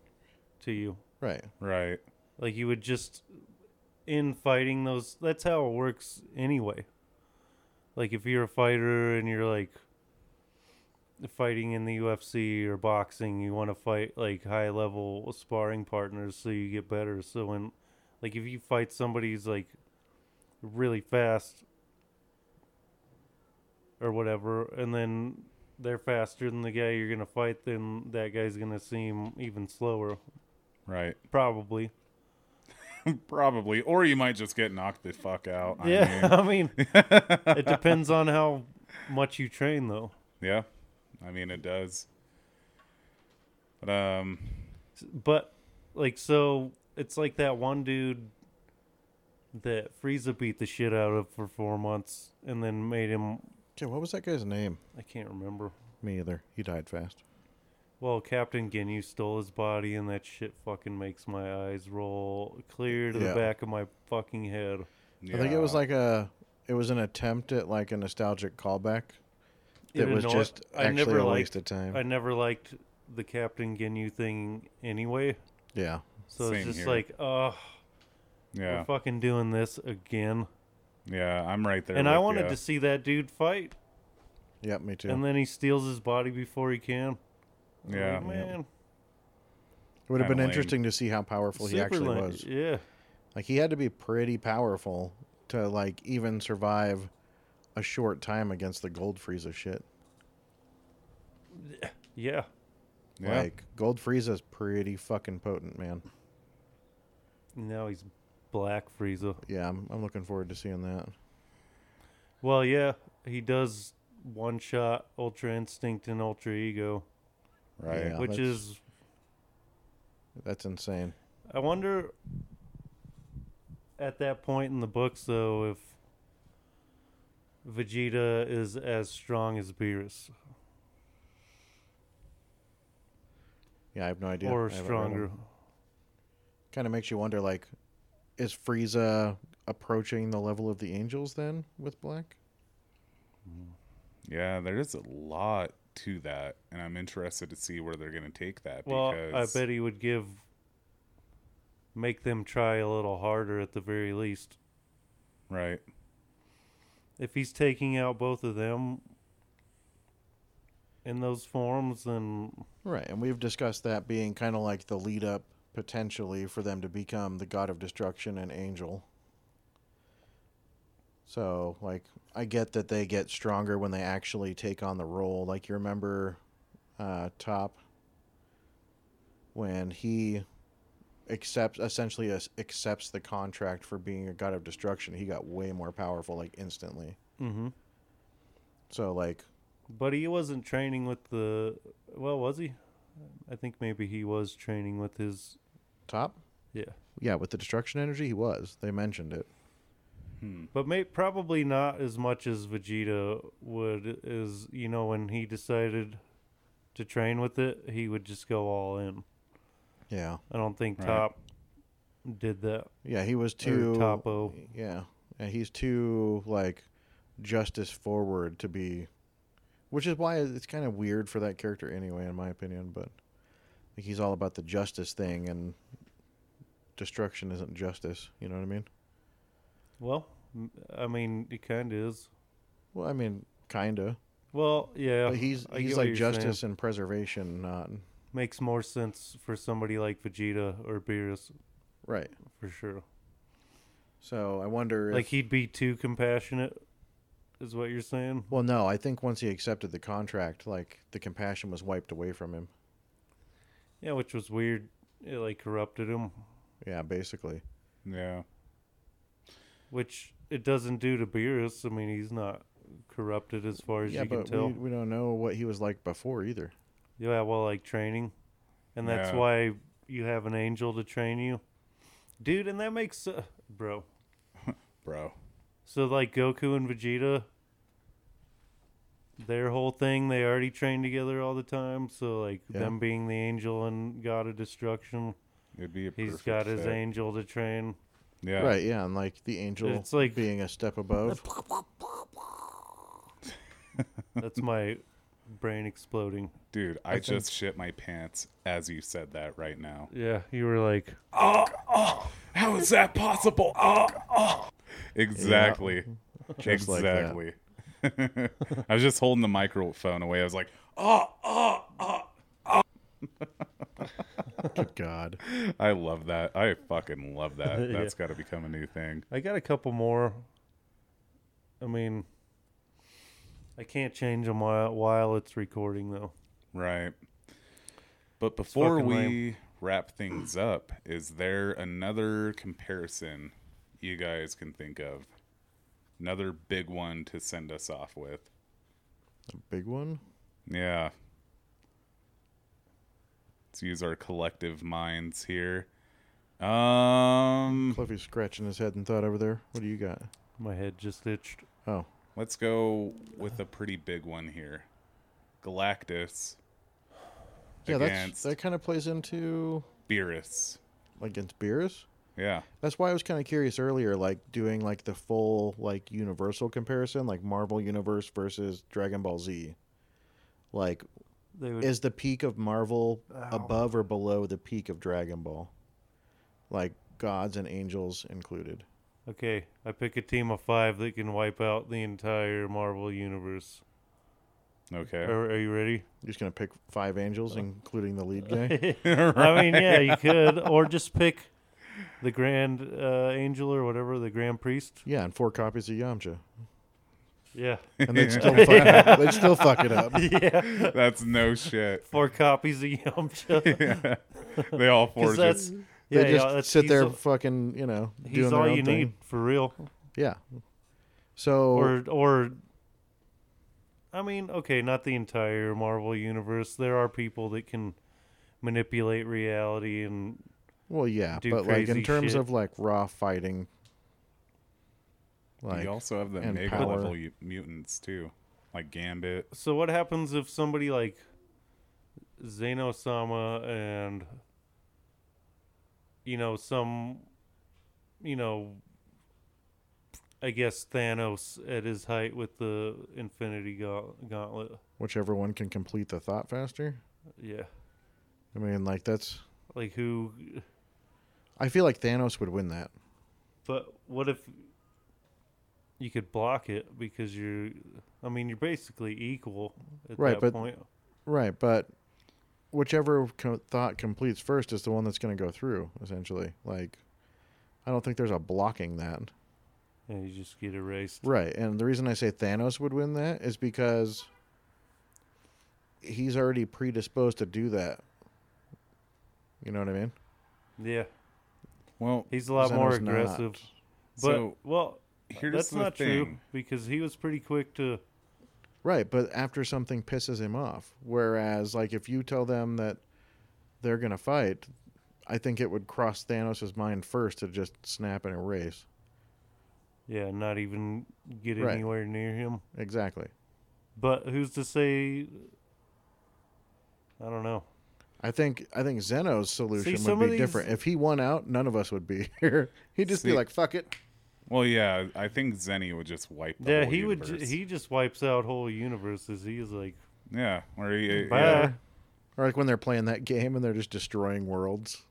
[SPEAKER 4] to you.
[SPEAKER 3] right.
[SPEAKER 2] Right.
[SPEAKER 4] Like you would just in fighting those that's how it works anyway. Like if you're a fighter and you're like fighting in the UFC or boxing, you want to fight like high level sparring partners so you get better. So when like if you fight somebody who's like really fast or whatever, and then they're faster than the guy you're gonna fight, then that guy's gonna seem even slower,
[SPEAKER 2] Right.
[SPEAKER 4] probably.
[SPEAKER 2] Probably. Or you might just get knocked the fuck out. I mean,
[SPEAKER 4] yeah, I mean, it depends on how much you train, though.
[SPEAKER 2] yeah. I mean, it does. But, um,
[SPEAKER 4] But like, so it's like that one dude that Frieza beat the shit out of for four months, and then made him.
[SPEAKER 3] Okay, what was that guy's name?
[SPEAKER 4] I can't remember.
[SPEAKER 3] Me either. He died fast.
[SPEAKER 4] Well, Captain Ginyu stole his body, and that shit fucking makes my eyes roll clear to
[SPEAKER 3] Yeah.
[SPEAKER 4] the back of my fucking head.
[SPEAKER 2] yeah.
[SPEAKER 3] I think it was like a. It was an attempt at like a nostalgic callback.
[SPEAKER 4] It
[SPEAKER 3] That was
[SPEAKER 4] annoy-
[SPEAKER 3] just
[SPEAKER 4] I
[SPEAKER 3] actually
[SPEAKER 4] never
[SPEAKER 3] a
[SPEAKER 4] liked-
[SPEAKER 3] waste of time.
[SPEAKER 4] I never liked the Captain Ginyu thing anyway,
[SPEAKER 3] yeah,
[SPEAKER 4] so
[SPEAKER 2] Same
[SPEAKER 4] it's just
[SPEAKER 2] here.
[SPEAKER 4] like, oh,
[SPEAKER 2] yeah.
[SPEAKER 4] we're fucking doing this again.
[SPEAKER 2] Yeah. I'm right there.
[SPEAKER 4] and I
[SPEAKER 2] with
[SPEAKER 4] wanted
[SPEAKER 2] ya.
[SPEAKER 4] to see that dude fight,
[SPEAKER 3] yeah, me too.
[SPEAKER 4] and then he steals his body before he can. I'm
[SPEAKER 2] Yeah.
[SPEAKER 4] like, man,
[SPEAKER 3] it would have
[SPEAKER 2] kinda
[SPEAKER 3] been
[SPEAKER 2] lame.
[SPEAKER 3] interesting to see how powerful he
[SPEAKER 4] super
[SPEAKER 3] actually
[SPEAKER 4] lame.
[SPEAKER 3] was.
[SPEAKER 4] Yeah,
[SPEAKER 3] Like he had to be pretty powerful to like even survive a short time against the Gold Frieza shit.
[SPEAKER 4] yeah.
[SPEAKER 2] Yeah.
[SPEAKER 3] Like Gold Frieza's pretty fucking potent, man.
[SPEAKER 4] Now he's Black Frieza.
[SPEAKER 3] Yeah, I'm, I'm looking forward to seeing that.
[SPEAKER 4] Well, yeah, he does one shot Ultra Instinct and Ultra Ego,
[SPEAKER 2] right.
[SPEAKER 3] Yeah,
[SPEAKER 4] which
[SPEAKER 3] that's-
[SPEAKER 4] is
[SPEAKER 3] That's insane.
[SPEAKER 4] I wonder at that point in the books though if Vegeta is as strong as Beerus
[SPEAKER 3] Yeah, I have no idea.
[SPEAKER 4] or stronger.
[SPEAKER 3] Kind of makes you wonder, like, is Frieza approaching the level of the angels then with Black?
[SPEAKER 2] Yeah, there is a lot to that, and I'm interested to see where they're going to take that.
[SPEAKER 4] Well,
[SPEAKER 2] because,
[SPEAKER 4] I bet he would give make them try a little harder at the very least.
[SPEAKER 2] Right.
[SPEAKER 4] If he's taking out both of them in those forms then
[SPEAKER 3] Right, and we've discussed that being kind of like the lead up potentially for them to become the god of destruction and angel. So, like, I get that they get stronger when they actually take on the role. Like, you remember uh, Top when he accepts essentially as- accepts the contract for being a god of destruction, he got way more powerful, like, instantly.
[SPEAKER 4] mhm
[SPEAKER 3] So, like,
[SPEAKER 4] But he wasn't training with the. Well, was he? I think maybe he was training with his.
[SPEAKER 3] Top?
[SPEAKER 4] Yeah,
[SPEAKER 3] Yeah, with the destruction energy, he was. They mentioned it.
[SPEAKER 4] but may, probably not as much as Vegeta would. Is you know when he decided to train with it, he would just go all in.
[SPEAKER 3] Yeah.
[SPEAKER 4] I don't think
[SPEAKER 2] Right.
[SPEAKER 4] Top did that.
[SPEAKER 3] Yeah, he was too
[SPEAKER 4] Topo.
[SPEAKER 3] Yeah, and he's too like justice forward to be, which is why it's kind of weird for that character anyway, in my opinion. But like, he's all about the justice thing, and destruction isn't justice. You know what I mean?
[SPEAKER 4] Well, m- I mean, it kind of is.
[SPEAKER 3] Well, I mean, kinda.
[SPEAKER 4] Well, yeah.
[SPEAKER 3] But he's
[SPEAKER 4] I
[SPEAKER 3] he's
[SPEAKER 4] get
[SPEAKER 3] like
[SPEAKER 4] what you're saying.
[SPEAKER 3] justice and preservation, not
[SPEAKER 4] Makes more sense for somebody like Vegeta or Beerus
[SPEAKER 3] right.
[SPEAKER 4] for sure.
[SPEAKER 3] So I wonder.
[SPEAKER 4] Like
[SPEAKER 3] if,
[SPEAKER 4] he'd be too compassionate, is what you're saying?
[SPEAKER 3] well, no, I think once he accepted the contract, like the compassion was wiped away from him.
[SPEAKER 4] Yeah, which was weird. It like corrupted him,
[SPEAKER 3] Yeah, basically.
[SPEAKER 2] Yeah.
[SPEAKER 4] which it doesn't do to Beerus. I mean, he's not corrupted as far as
[SPEAKER 3] Yeah,
[SPEAKER 4] you can
[SPEAKER 3] but
[SPEAKER 4] tell.
[SPEAKER 3] we, we don't know what he was like before either.
[SPEAKER 4] Yeah, well, like training, and that's
[SPEAKER 2] Yeah.
[SPEAKER 4] why you have an angel to train you, dude. And that makes uh, bro.
[SPEAKER 2] Bro.
[SPEAKER 4] So like Goku and Vegeta, their whole thing, they already train together all the time. So like
[SPEAKER 3] Yeah.
[SPEAKER 4] them being the angel and God of Destruction,
[SPEAKER 2] It'd be a
[SPEAKER 4] he's
[SPEAKER 2] perfect
[SPEAKER 4] got his
[SPEAKER 2] fit.
[SPEAKER 4] angel to train.
[SPEAKER 2] Yeah.
[SPEAKER 3] Right, yeah, and like the angel
[SPEAKER 4] It's like-
[SPEAKER 3] being a step above.
[SPEAKER 4] That's my brain exploding.
[SPEAKER 2] Dude, I, just shit my pants as you said that right now.
[SPEAKER 4] Yeah, you were like,
[SPEAKER 2] How is that possible? Oh, oh. Exactly.
[SPEAKER 3] Just like that.
[SPEAKER 2] exactly. I was just holding the microphone away. I was like, oh, oh, oh.
[SPEAKER 3] Good God.
[SPEAKER 2] I love that. I fucking love that.
[SPEAKER 4] Yeah.
[SPEAKER 2] That's got to become a new thing.
[SPEAKER 4] I got a couple more. I mean, I can't change them while, while it's recording though.
[SPEAKER 2] Right. But before
[SPEAKER 4] fucking
[SPEAKER 2] we
[SPEAKER 4] lame.
[SPEAKER 2] wrap things up, is there another comparison you guys can think of? Another big one to send us off with?
[SPEAKER 3] A big one.
[SPEAKER 2] Yeah. Let's use our collective minds here. Um,
[SPEAKER 3] Cliffy's scratching his head and thought over there. What do you got?
[SPEAKER 4] My head just itched.
[SPEAKER 3] Oh,
[SPEAKER 2] let's go with a pretty big one here. Galactus
[SPEAKER 3] yeah. That's
[SPEAKER 2] Against.
[SPEAKER 3] that kind of plays into
[SPEAKER 2] Beerus.
[SPEAKER 3] like against Beerus.
[SPEAKER 2] Yeah.
[SPEAKER 3] That's why I was kind of curious earlier, like doing like the full like Universal comparison, like Marvel Universe versus Dragon Ball Z. Like,
[SPEAKER 4] They would.
[SPEAKER 3] is the peak of Marvel
[SPEAKER 4] Oh.
[SPEAKER 3] above or below the peak of Dragon Ball? Like gods and angels included.
[SPEAKER 4] okay, I pick a team of five that can wipe out the entire Marvel universe.
[SPEAKER 2] Okay.
[SPEAKER 4] Are, are you ready?
[SPEAKER 3] You're just gonna pick five angels,
[SPEAKER 4] Oh.
[SPEAKER 3] including the lead guy.
[SPEAKER 4] I mean, yeah, you could, or just pick the Grand uh, Angel or whatever, the Grand Priest.
[SPEAKER 3] Yeah, and four copies of Yamcha,
[SPEAKER 4] Yeah,
[SPEAKER 3] and they'd still fuck it up. They'd still fuck it up.
[SPEAKER 4] yeah,
[SPEAKER 2] That's no shit.
[SPEAKER 4] four copies of Yamcha.
[SPEAKER 2] They all
[SPEAKER 4] Because
[SPEAKER 2] forge it.
[SPEAKER 4] that's yeah,
[SPEAKER 3] they
[SPEAKER 4] yeah,
[SPEAKER 3] just
[SPEAKER 4] that's-
[SPEAKER 3] sit
[SPEAKER 4] he's
[SPEAKER 3] there,
[SPEAKER 4] all-
[SPEAKER 3] fucking, you know,
[SPEAKER 4] He's
[SPEAKER 3] doing their
[SPEAKER 4] all
[SPEAKER 3] own
[SPEAKER 4] you
[SPEAKER 3] thing.
[SPEAKER 4] need for real.
[SPEAKER 3] Yeah. So
[SPEAKER 4] or or I mean, okay, not the entire Marvel universe. There are people that can manipulate reality and
[SPEAKER 3] Well, yeah,
[SPEAKER 4] do
[SPEAKER 3] but like in
[SPEAKER 4] crazy
[SPEAKER 3] terms
[SPEAKER 4] shit.
[SPEAKER 3] of like raw fighting, like
[SPEAKER 2] you also have the
[SPEAKER 3] and
[SPEAKER 2] mega
[SPEAKER 3] power.
[SPEAKER 2] level u- mutants too, like Gambit.
[SPEAKER 4] so what happens if somebody like Zeno-sama and you know some you know I guess Thanos at his height with the Infinity Gaunt- Gauntlet.
[SPEAKER 3] whichever one can complete the thought faster.
[SPEAKER 4] Yeah.
[SPEAKER 3] I mean, like that's.
[SPEAKER 4] Like who
[SPEAKER 3] I feel like Thanos would win that.
[SPEAKER 4] But what if you could block it because you're? I mean, you're basically equal at
[SPEAKER 3] Right,
[SPEAKER 4] that
[SPEAKER 3] but-
[SPEAKER 4] point.
[SPEAKER 3] Right, but whichever co- thought completes first is the one that's going to go through. Essentially, like I don't think there's a blocking that.
[SPEAKER 4] And you just get erased.
[SPEAKER 3] Right, and the reason I say Thanos would win that is because he's already predisposed to do that. You know what I mean?
[SPEAKER 4] Yeah,
[SPEAKER 2] Well,
[SPEAKER 4] he's a lot more
[SPEAKER 3] Zeno's not.
[SPEAKER 4] aggressive. But
[SPEAKER 2] so
[SPEAKER 4] well,
[SPEAKER 2] here's
[SPEAKER 4] that's
[SPEAKER 2] the
[SPEAKER 4] not
[SPEAKER 2] thing.
[SPEAKER 4] true because he was pretty quick to.
[SPEAKER 3] Right, but after something pisses him off. Whereas, like, if you tell them that they're going to fight, I think it would cross Thanos' mind first to just snap and erase.
[SPEAKER 4] Yeah, not even get
[SPEAKER 3] Right.
[SPEAKER 4] anywhere near him.
[SPEAKER 3] Exactly.
[SPEAKER 4] But who's to say? I don't know.
[SPEAKER 3] I think I think Zeno's solution
[SPEAKER 4] some
[SPEAKER 3] would
[SPEAKER 4] of
[SPEAKER 3] be
[SPEAKER 4] these-
[SPEAKER 3] different. If he won out, none of us would be here. He'd just be
[SPEAKER 2] See-
[SPEAKER 3] like, "Fuck it."
[SPEAKER 2] Well, yeah, I think Zenny would just wipe. The
[SPEAKER 4] yeah,
[SPEAKER 2] whole
[SPEAKER 4] he would.
[SPEAKER 2] universe.
[SPEAKER 4] ju- He just wipes out whole universes. He is like,
[SPEAKER 2] Yeah, where he.
[SPEAKER 4] bye.
[SPEAKER 2] Yeah,
[SPEAKER 3] Or like when they're playing that game and they're just destroying worlds.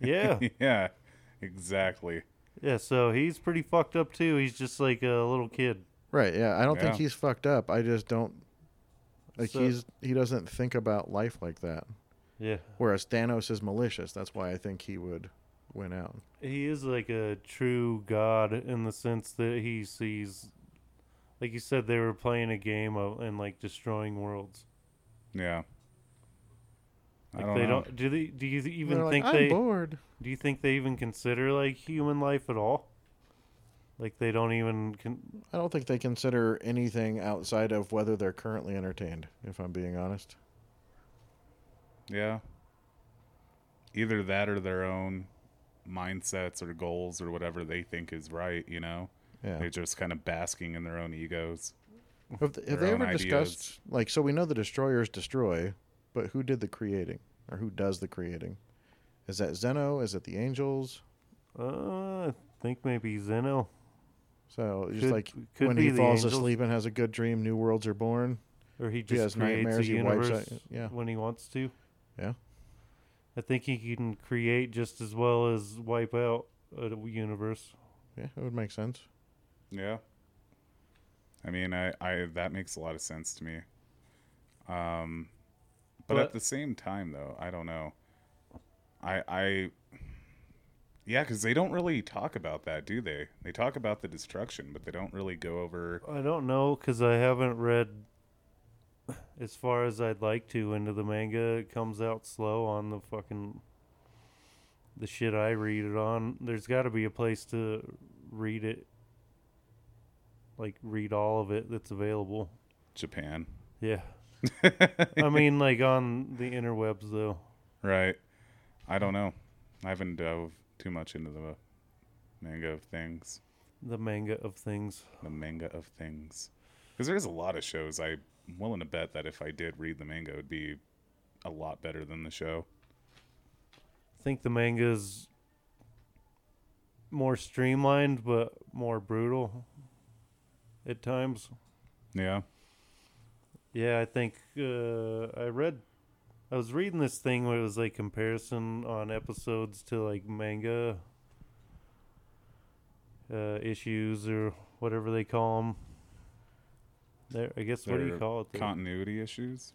[SPEAKER 4] yeah.
[SPEAKER 2] yeah, exactly.
[SPEAKER 4] Yeah, so he's pretty fucked up too. He's just like a little kid.
[SPEAKER 3] Right. Yeah. I don't think
[SPEAKER 2] Yeah.
[SPEAKER 3] he's fucked up. I just don't like
[SPEAKER 4] So-
[SPEAKER 3] he's he doesn't think about life like that.
[SPEAKER 4] Yeah.
[SPEAKER 3] Whereas Thanos is malicious. That's why I think he would win out.
[SPEAKER 4] He is like a true god in the sense that he sees like you said they were playing a game of, and like destroying worlds.
[SPEAKER 2] Yeah. I
[SPEAKER 4] Like
[SPEAKER 2] don't
[SPEAKER 4] they
[SPEAKER 2] know.
[SPEAKER 4] don't do they do you even
[SPEAKER 3] They're like,
[SPEAKER 4] think
[SPEAKER 3] I'm
[SPEAKER 4] they
[SPEAKER 3] bored.
[SPEAKER 4] do you think they even consider like human life at all? Like they don't even con-
[SPEAKER 3] I don't think they consider anything outside of whether they're currently entertained. If I'm being honest,
[SPEAKER 2] Yeah. Either that or their own mindsets or goals or whatever they think is right. You know,
[SPEAKER 3] yeah.
[SPEAKER 2] they're just kind of basking in their own egos.
[SPEAKER 3] Have, th- have
[SPEAKER 2] their
[SPEAKER 3] they
[SPEAKER 2] own
[SPEAKER 3] ever
[SPEAKER 2] ideas.
[SPEAKER 3] discussed like so? We know the destroyers destroy, but who did the creating or who does the creating? Is that Zeno? Is it the angels?
[SPEAKER 4] uh I think maybe Zeno.
[SPEAKER 3] So just
[SPEAKER 4] Could-
[SPEAKER 3] like
[SPEAKER 4] could
[SPEAKER 3] when
[SPEAKER 4] be
[SPEAKER 3] he
[SPEAKER 4] the
[SPEAKER 3] falls
[SPEAKER 4] angels.
[SPEAKER 3] asleep and has a good dream, new worlds are born.
[SPEAKER 4] Or he
[SPEAKER 3] he
[SPEAKER 4] just
[SPEAKER 3] has
[SPEAKER 4] creates
[SPEAKER 3] nightmares,
[SPEAKER 4] a
[SPEAKER 3] he wipes
[SPEAKER 4] universe
[SPEAKER 3] out- yeah.
[SPEAKER 4] when he wants to.
[SPEAKER 3] Yeah.
[SPEAKER 4] I think he can create just as well as wipe out a universe.
[SPEAKER 3] Yeah, it would make sense.
[SPEAKER 2] Yeah. I mean, I, I that makes a lot of sense to me. Um, but, at
[SPEAKER 4] But-
[SPEAKER 2] the same time, though, I don't know. I I Yeah, because they don't really talk about that, do they? They talk about the destruction, but they don't really go over.
[SPEAKER 4] I don't know because I haven't read as far as I'd like to into the manga. It comes out slow on the fucking the shit I read it on. There's got to be a place to read it, like read all of it that's available.
[SPEAKER 2] Japan.
[SPEAKER 4] Yeah, I mean like on the interwebs though.
[SPEAKER 2] Right. I don't know. I haven't dove too much into the manga of things.
[SPEAKER 4] The manga of things.
[SPEAKER 2] The manga of things. Because there's a lot of shows I'm willing to bet that if I did read the manga, it would be a lot better than the show.
[SPEAKER 4] I think the manga's more streamlined but more brutal at times.
[SPEAKER 2] Yeah.
[SPEAKER 4] Yeah, I think uh, I read. I was reading this thing where it was like comparison on episodes to like manga uh, issues or whatever they call them. There, I guess what do you
[SPEAKER 2] Their
[SPEAKER 4] call it? The-
[SPEAKER 2] Continuity issues?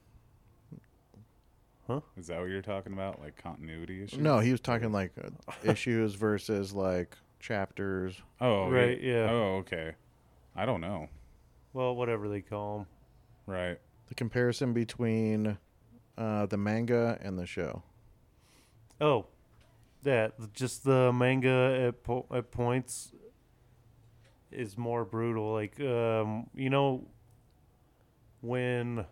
[SPEAKER 4] Huh?
[SPEAKER 2] Is that what you're talking about? Like continuity issues?
[SPEAKER 3] No, he was talking like uh, issues versus like chapters.
[SPEAKER 2] Oh,
[SPEAKER 4] Right,
[SPEAKER 2] he-
[SPEAKER 4] yeah.
[SPEAKER 2] Oh, okay. I don't know.
[SPEAKER 4] well, whatever they call them.
[SPEAKER 2] Right.
[SPEAKER 3] The comparison between uh, the manga and the show.
[SPEAKER 4] Oh, that just the manga at po- at points is more brutal. Like um, you know, when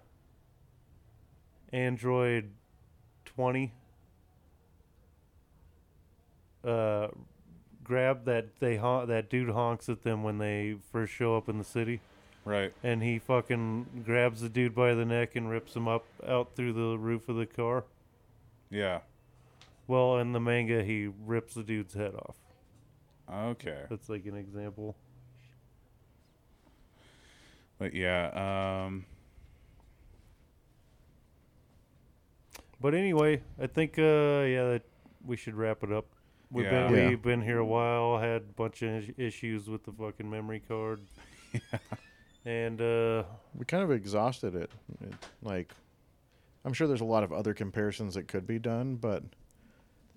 [SPEAKER 4] Android twenty uh grabbed that they hon- that dude honks at them when they first show up in the city
[SPEAKER 2] Right.
[SPEAKER 4] and he fucking grabs the dude by the neck and rips him up out through the roof of the car
[SPEAKER 2] Yeah.
[SPEAKER 4] well, in the manga, he rips the dude's head off.
[SPEAKER 2] Okay.
[SPEAKER 4] That's like an example.
[SPEAKER 2] But yeah, um,
[SPEAKER 4] But anyway, I think uh, yeah, that we should wrap it up. We've
[SPEAKER 2] Yeah.
[SPEAKER 4] been
[SPEAKER 3] Yeah.
[SPEAKER 4] we've been here a while. Had a bunch of is- issues with the fucking memory card. And uh,
[SPEAKER 3] We kind of exhausted it. it. Like, I'm sure there's a lot of other comparisons that could be done, but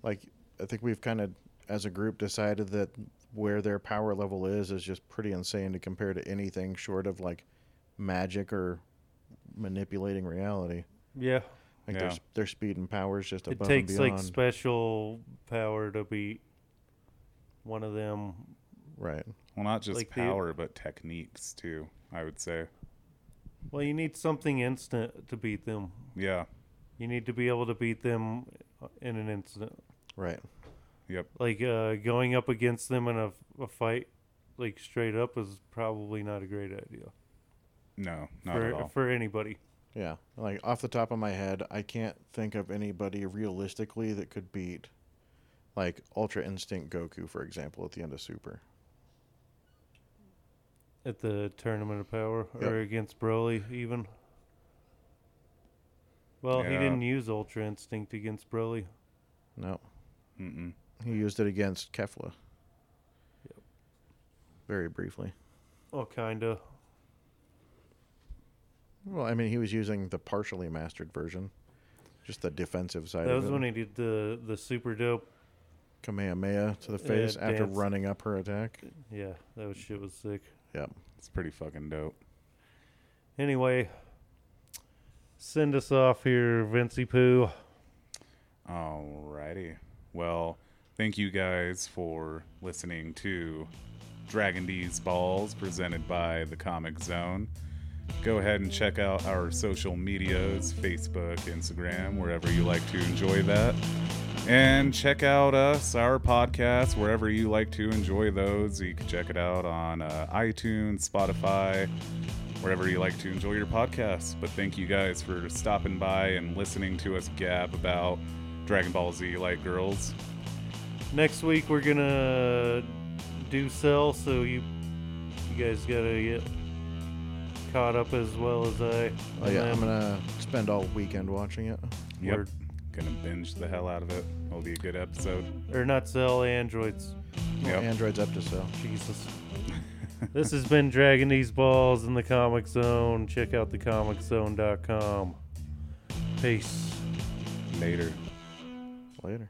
[SPEAKER 3] like, I think we've kind of, as a group, decided that where their power level is is just pretty insane to compare to anything short of like magic or manipulating reality.
[SPEAKER 4] yeah,
[SPEAKER 3] Like
[SPEAKER 2] Yeah.
[SPEAKER 3] their, s- their speed and power is just
[SPEAKER 4] it
[SPEAKER 3] above
[SPEAKER 4] takes
[SPEAKER 3] and
[SPEAKER 4] like
[SPEAKER 3] beyond.
[SPEAKER 4] special power to beat one of them.
[SPEAKER 3] right.
[SPEAKER 2] well, not just
[SPEAKER 4] Like the-
[SPEAKER 2] power, but techniques too. I would say,
[SPEAKER 4] Well, you need something instant to beat them.
[SPEAKER 2] yeah,
[SPEAKER 4] You need to be able to beat them in an instant.
[SPEAKER 3] Right.
[SPEAKER 2] yep,
[SPEAKER 4] like uh, going up against them in a, a fight like straight up is probably not a great idea
[SPEAKER 2] no, not at
[SPEAKER 4] for,
[SPEAKER 2] all.
[SPEAKER 4] for anybody
[SPEAKER 3] Yeah. Like off the top of my head, I can't think of anybody realistically that could beat like Ultra Instinct Goku, for example, at the end of Super.
[SPEAKER 4] at the tournament of power
[SPEAKER 3] Yep.
[SPEAKER 4] or against broly even well he
[SPEAKER 2] Yeah.
[SPEAKER 4] didn't use ultra instinct against broly
[SPEAKER 3] No.
[SPEAKER 2] Mm-mm.
[SPEAKER 3] He used it against Kefla. Yep. Very briefly.
[SPEAKER 4] oh kinda
[SPEAKER 3] Well, I mean, he was using the partially mastered version, just the defensive side
[SPEAKER 4] that
[SPEAKER 3] of
[SPEAKER 4] was
[SPEAKER 3] it.
[SPEAKER 4] when he did the the super dope
[SPEAKER 3] Kamehameha to the
[SPEAKER 4] Yeah,
[SPEAKER 3] face after
[SPEAKER 4] dance.
[SPEAKER 3] running up her attack.
[SPEAKER 4] yeah that was, shit was sick
[SPEAKER 3] Yep.
[SPEAKER 2] It's pretty fucking dope.
[SPEAKER 4] anyway send us off here vincy poo
[SPEAKER 2] Alrighty. Well, thank you guys for listening to Dragon D's Balls presented by the Comic Zone. Go ahead and check out our social medias Facebook, Instagram, wherever you like to enjoy that. And check out us, our podcast, wherever you like to enjoy those. You can check it out on uh, iTunes, Spotify, wherever you like to enjoy your podcasts. But thank you guys for stopping by and listening to us gab about Dragon Ball Z Light Girls.
[SPEAKER 4] next week we're gonna do sell so you you guys gotta get caught up as well as i
[SPEAKER 3] Oh, yeah. I'm going to spend all weekend watching it.
[SPEAKER 2] Yep.
[SPEAKER 4] Word.
[SPEAKER 2] Gonna binge the hell out of it. It'll be a good episode.
[SPEAKER 4] or not sell androids
[SPEAKER 3] Oh,
[SPEAKER 2] Yep.
[SPEAKER 3] Android's up to sell.
[SPEAKER 4] jesus this has been dragging these balls in the comic zone check out thecomiczone.com peace
[SPEAKER 2] Later.
[SPEAKER 3] Later.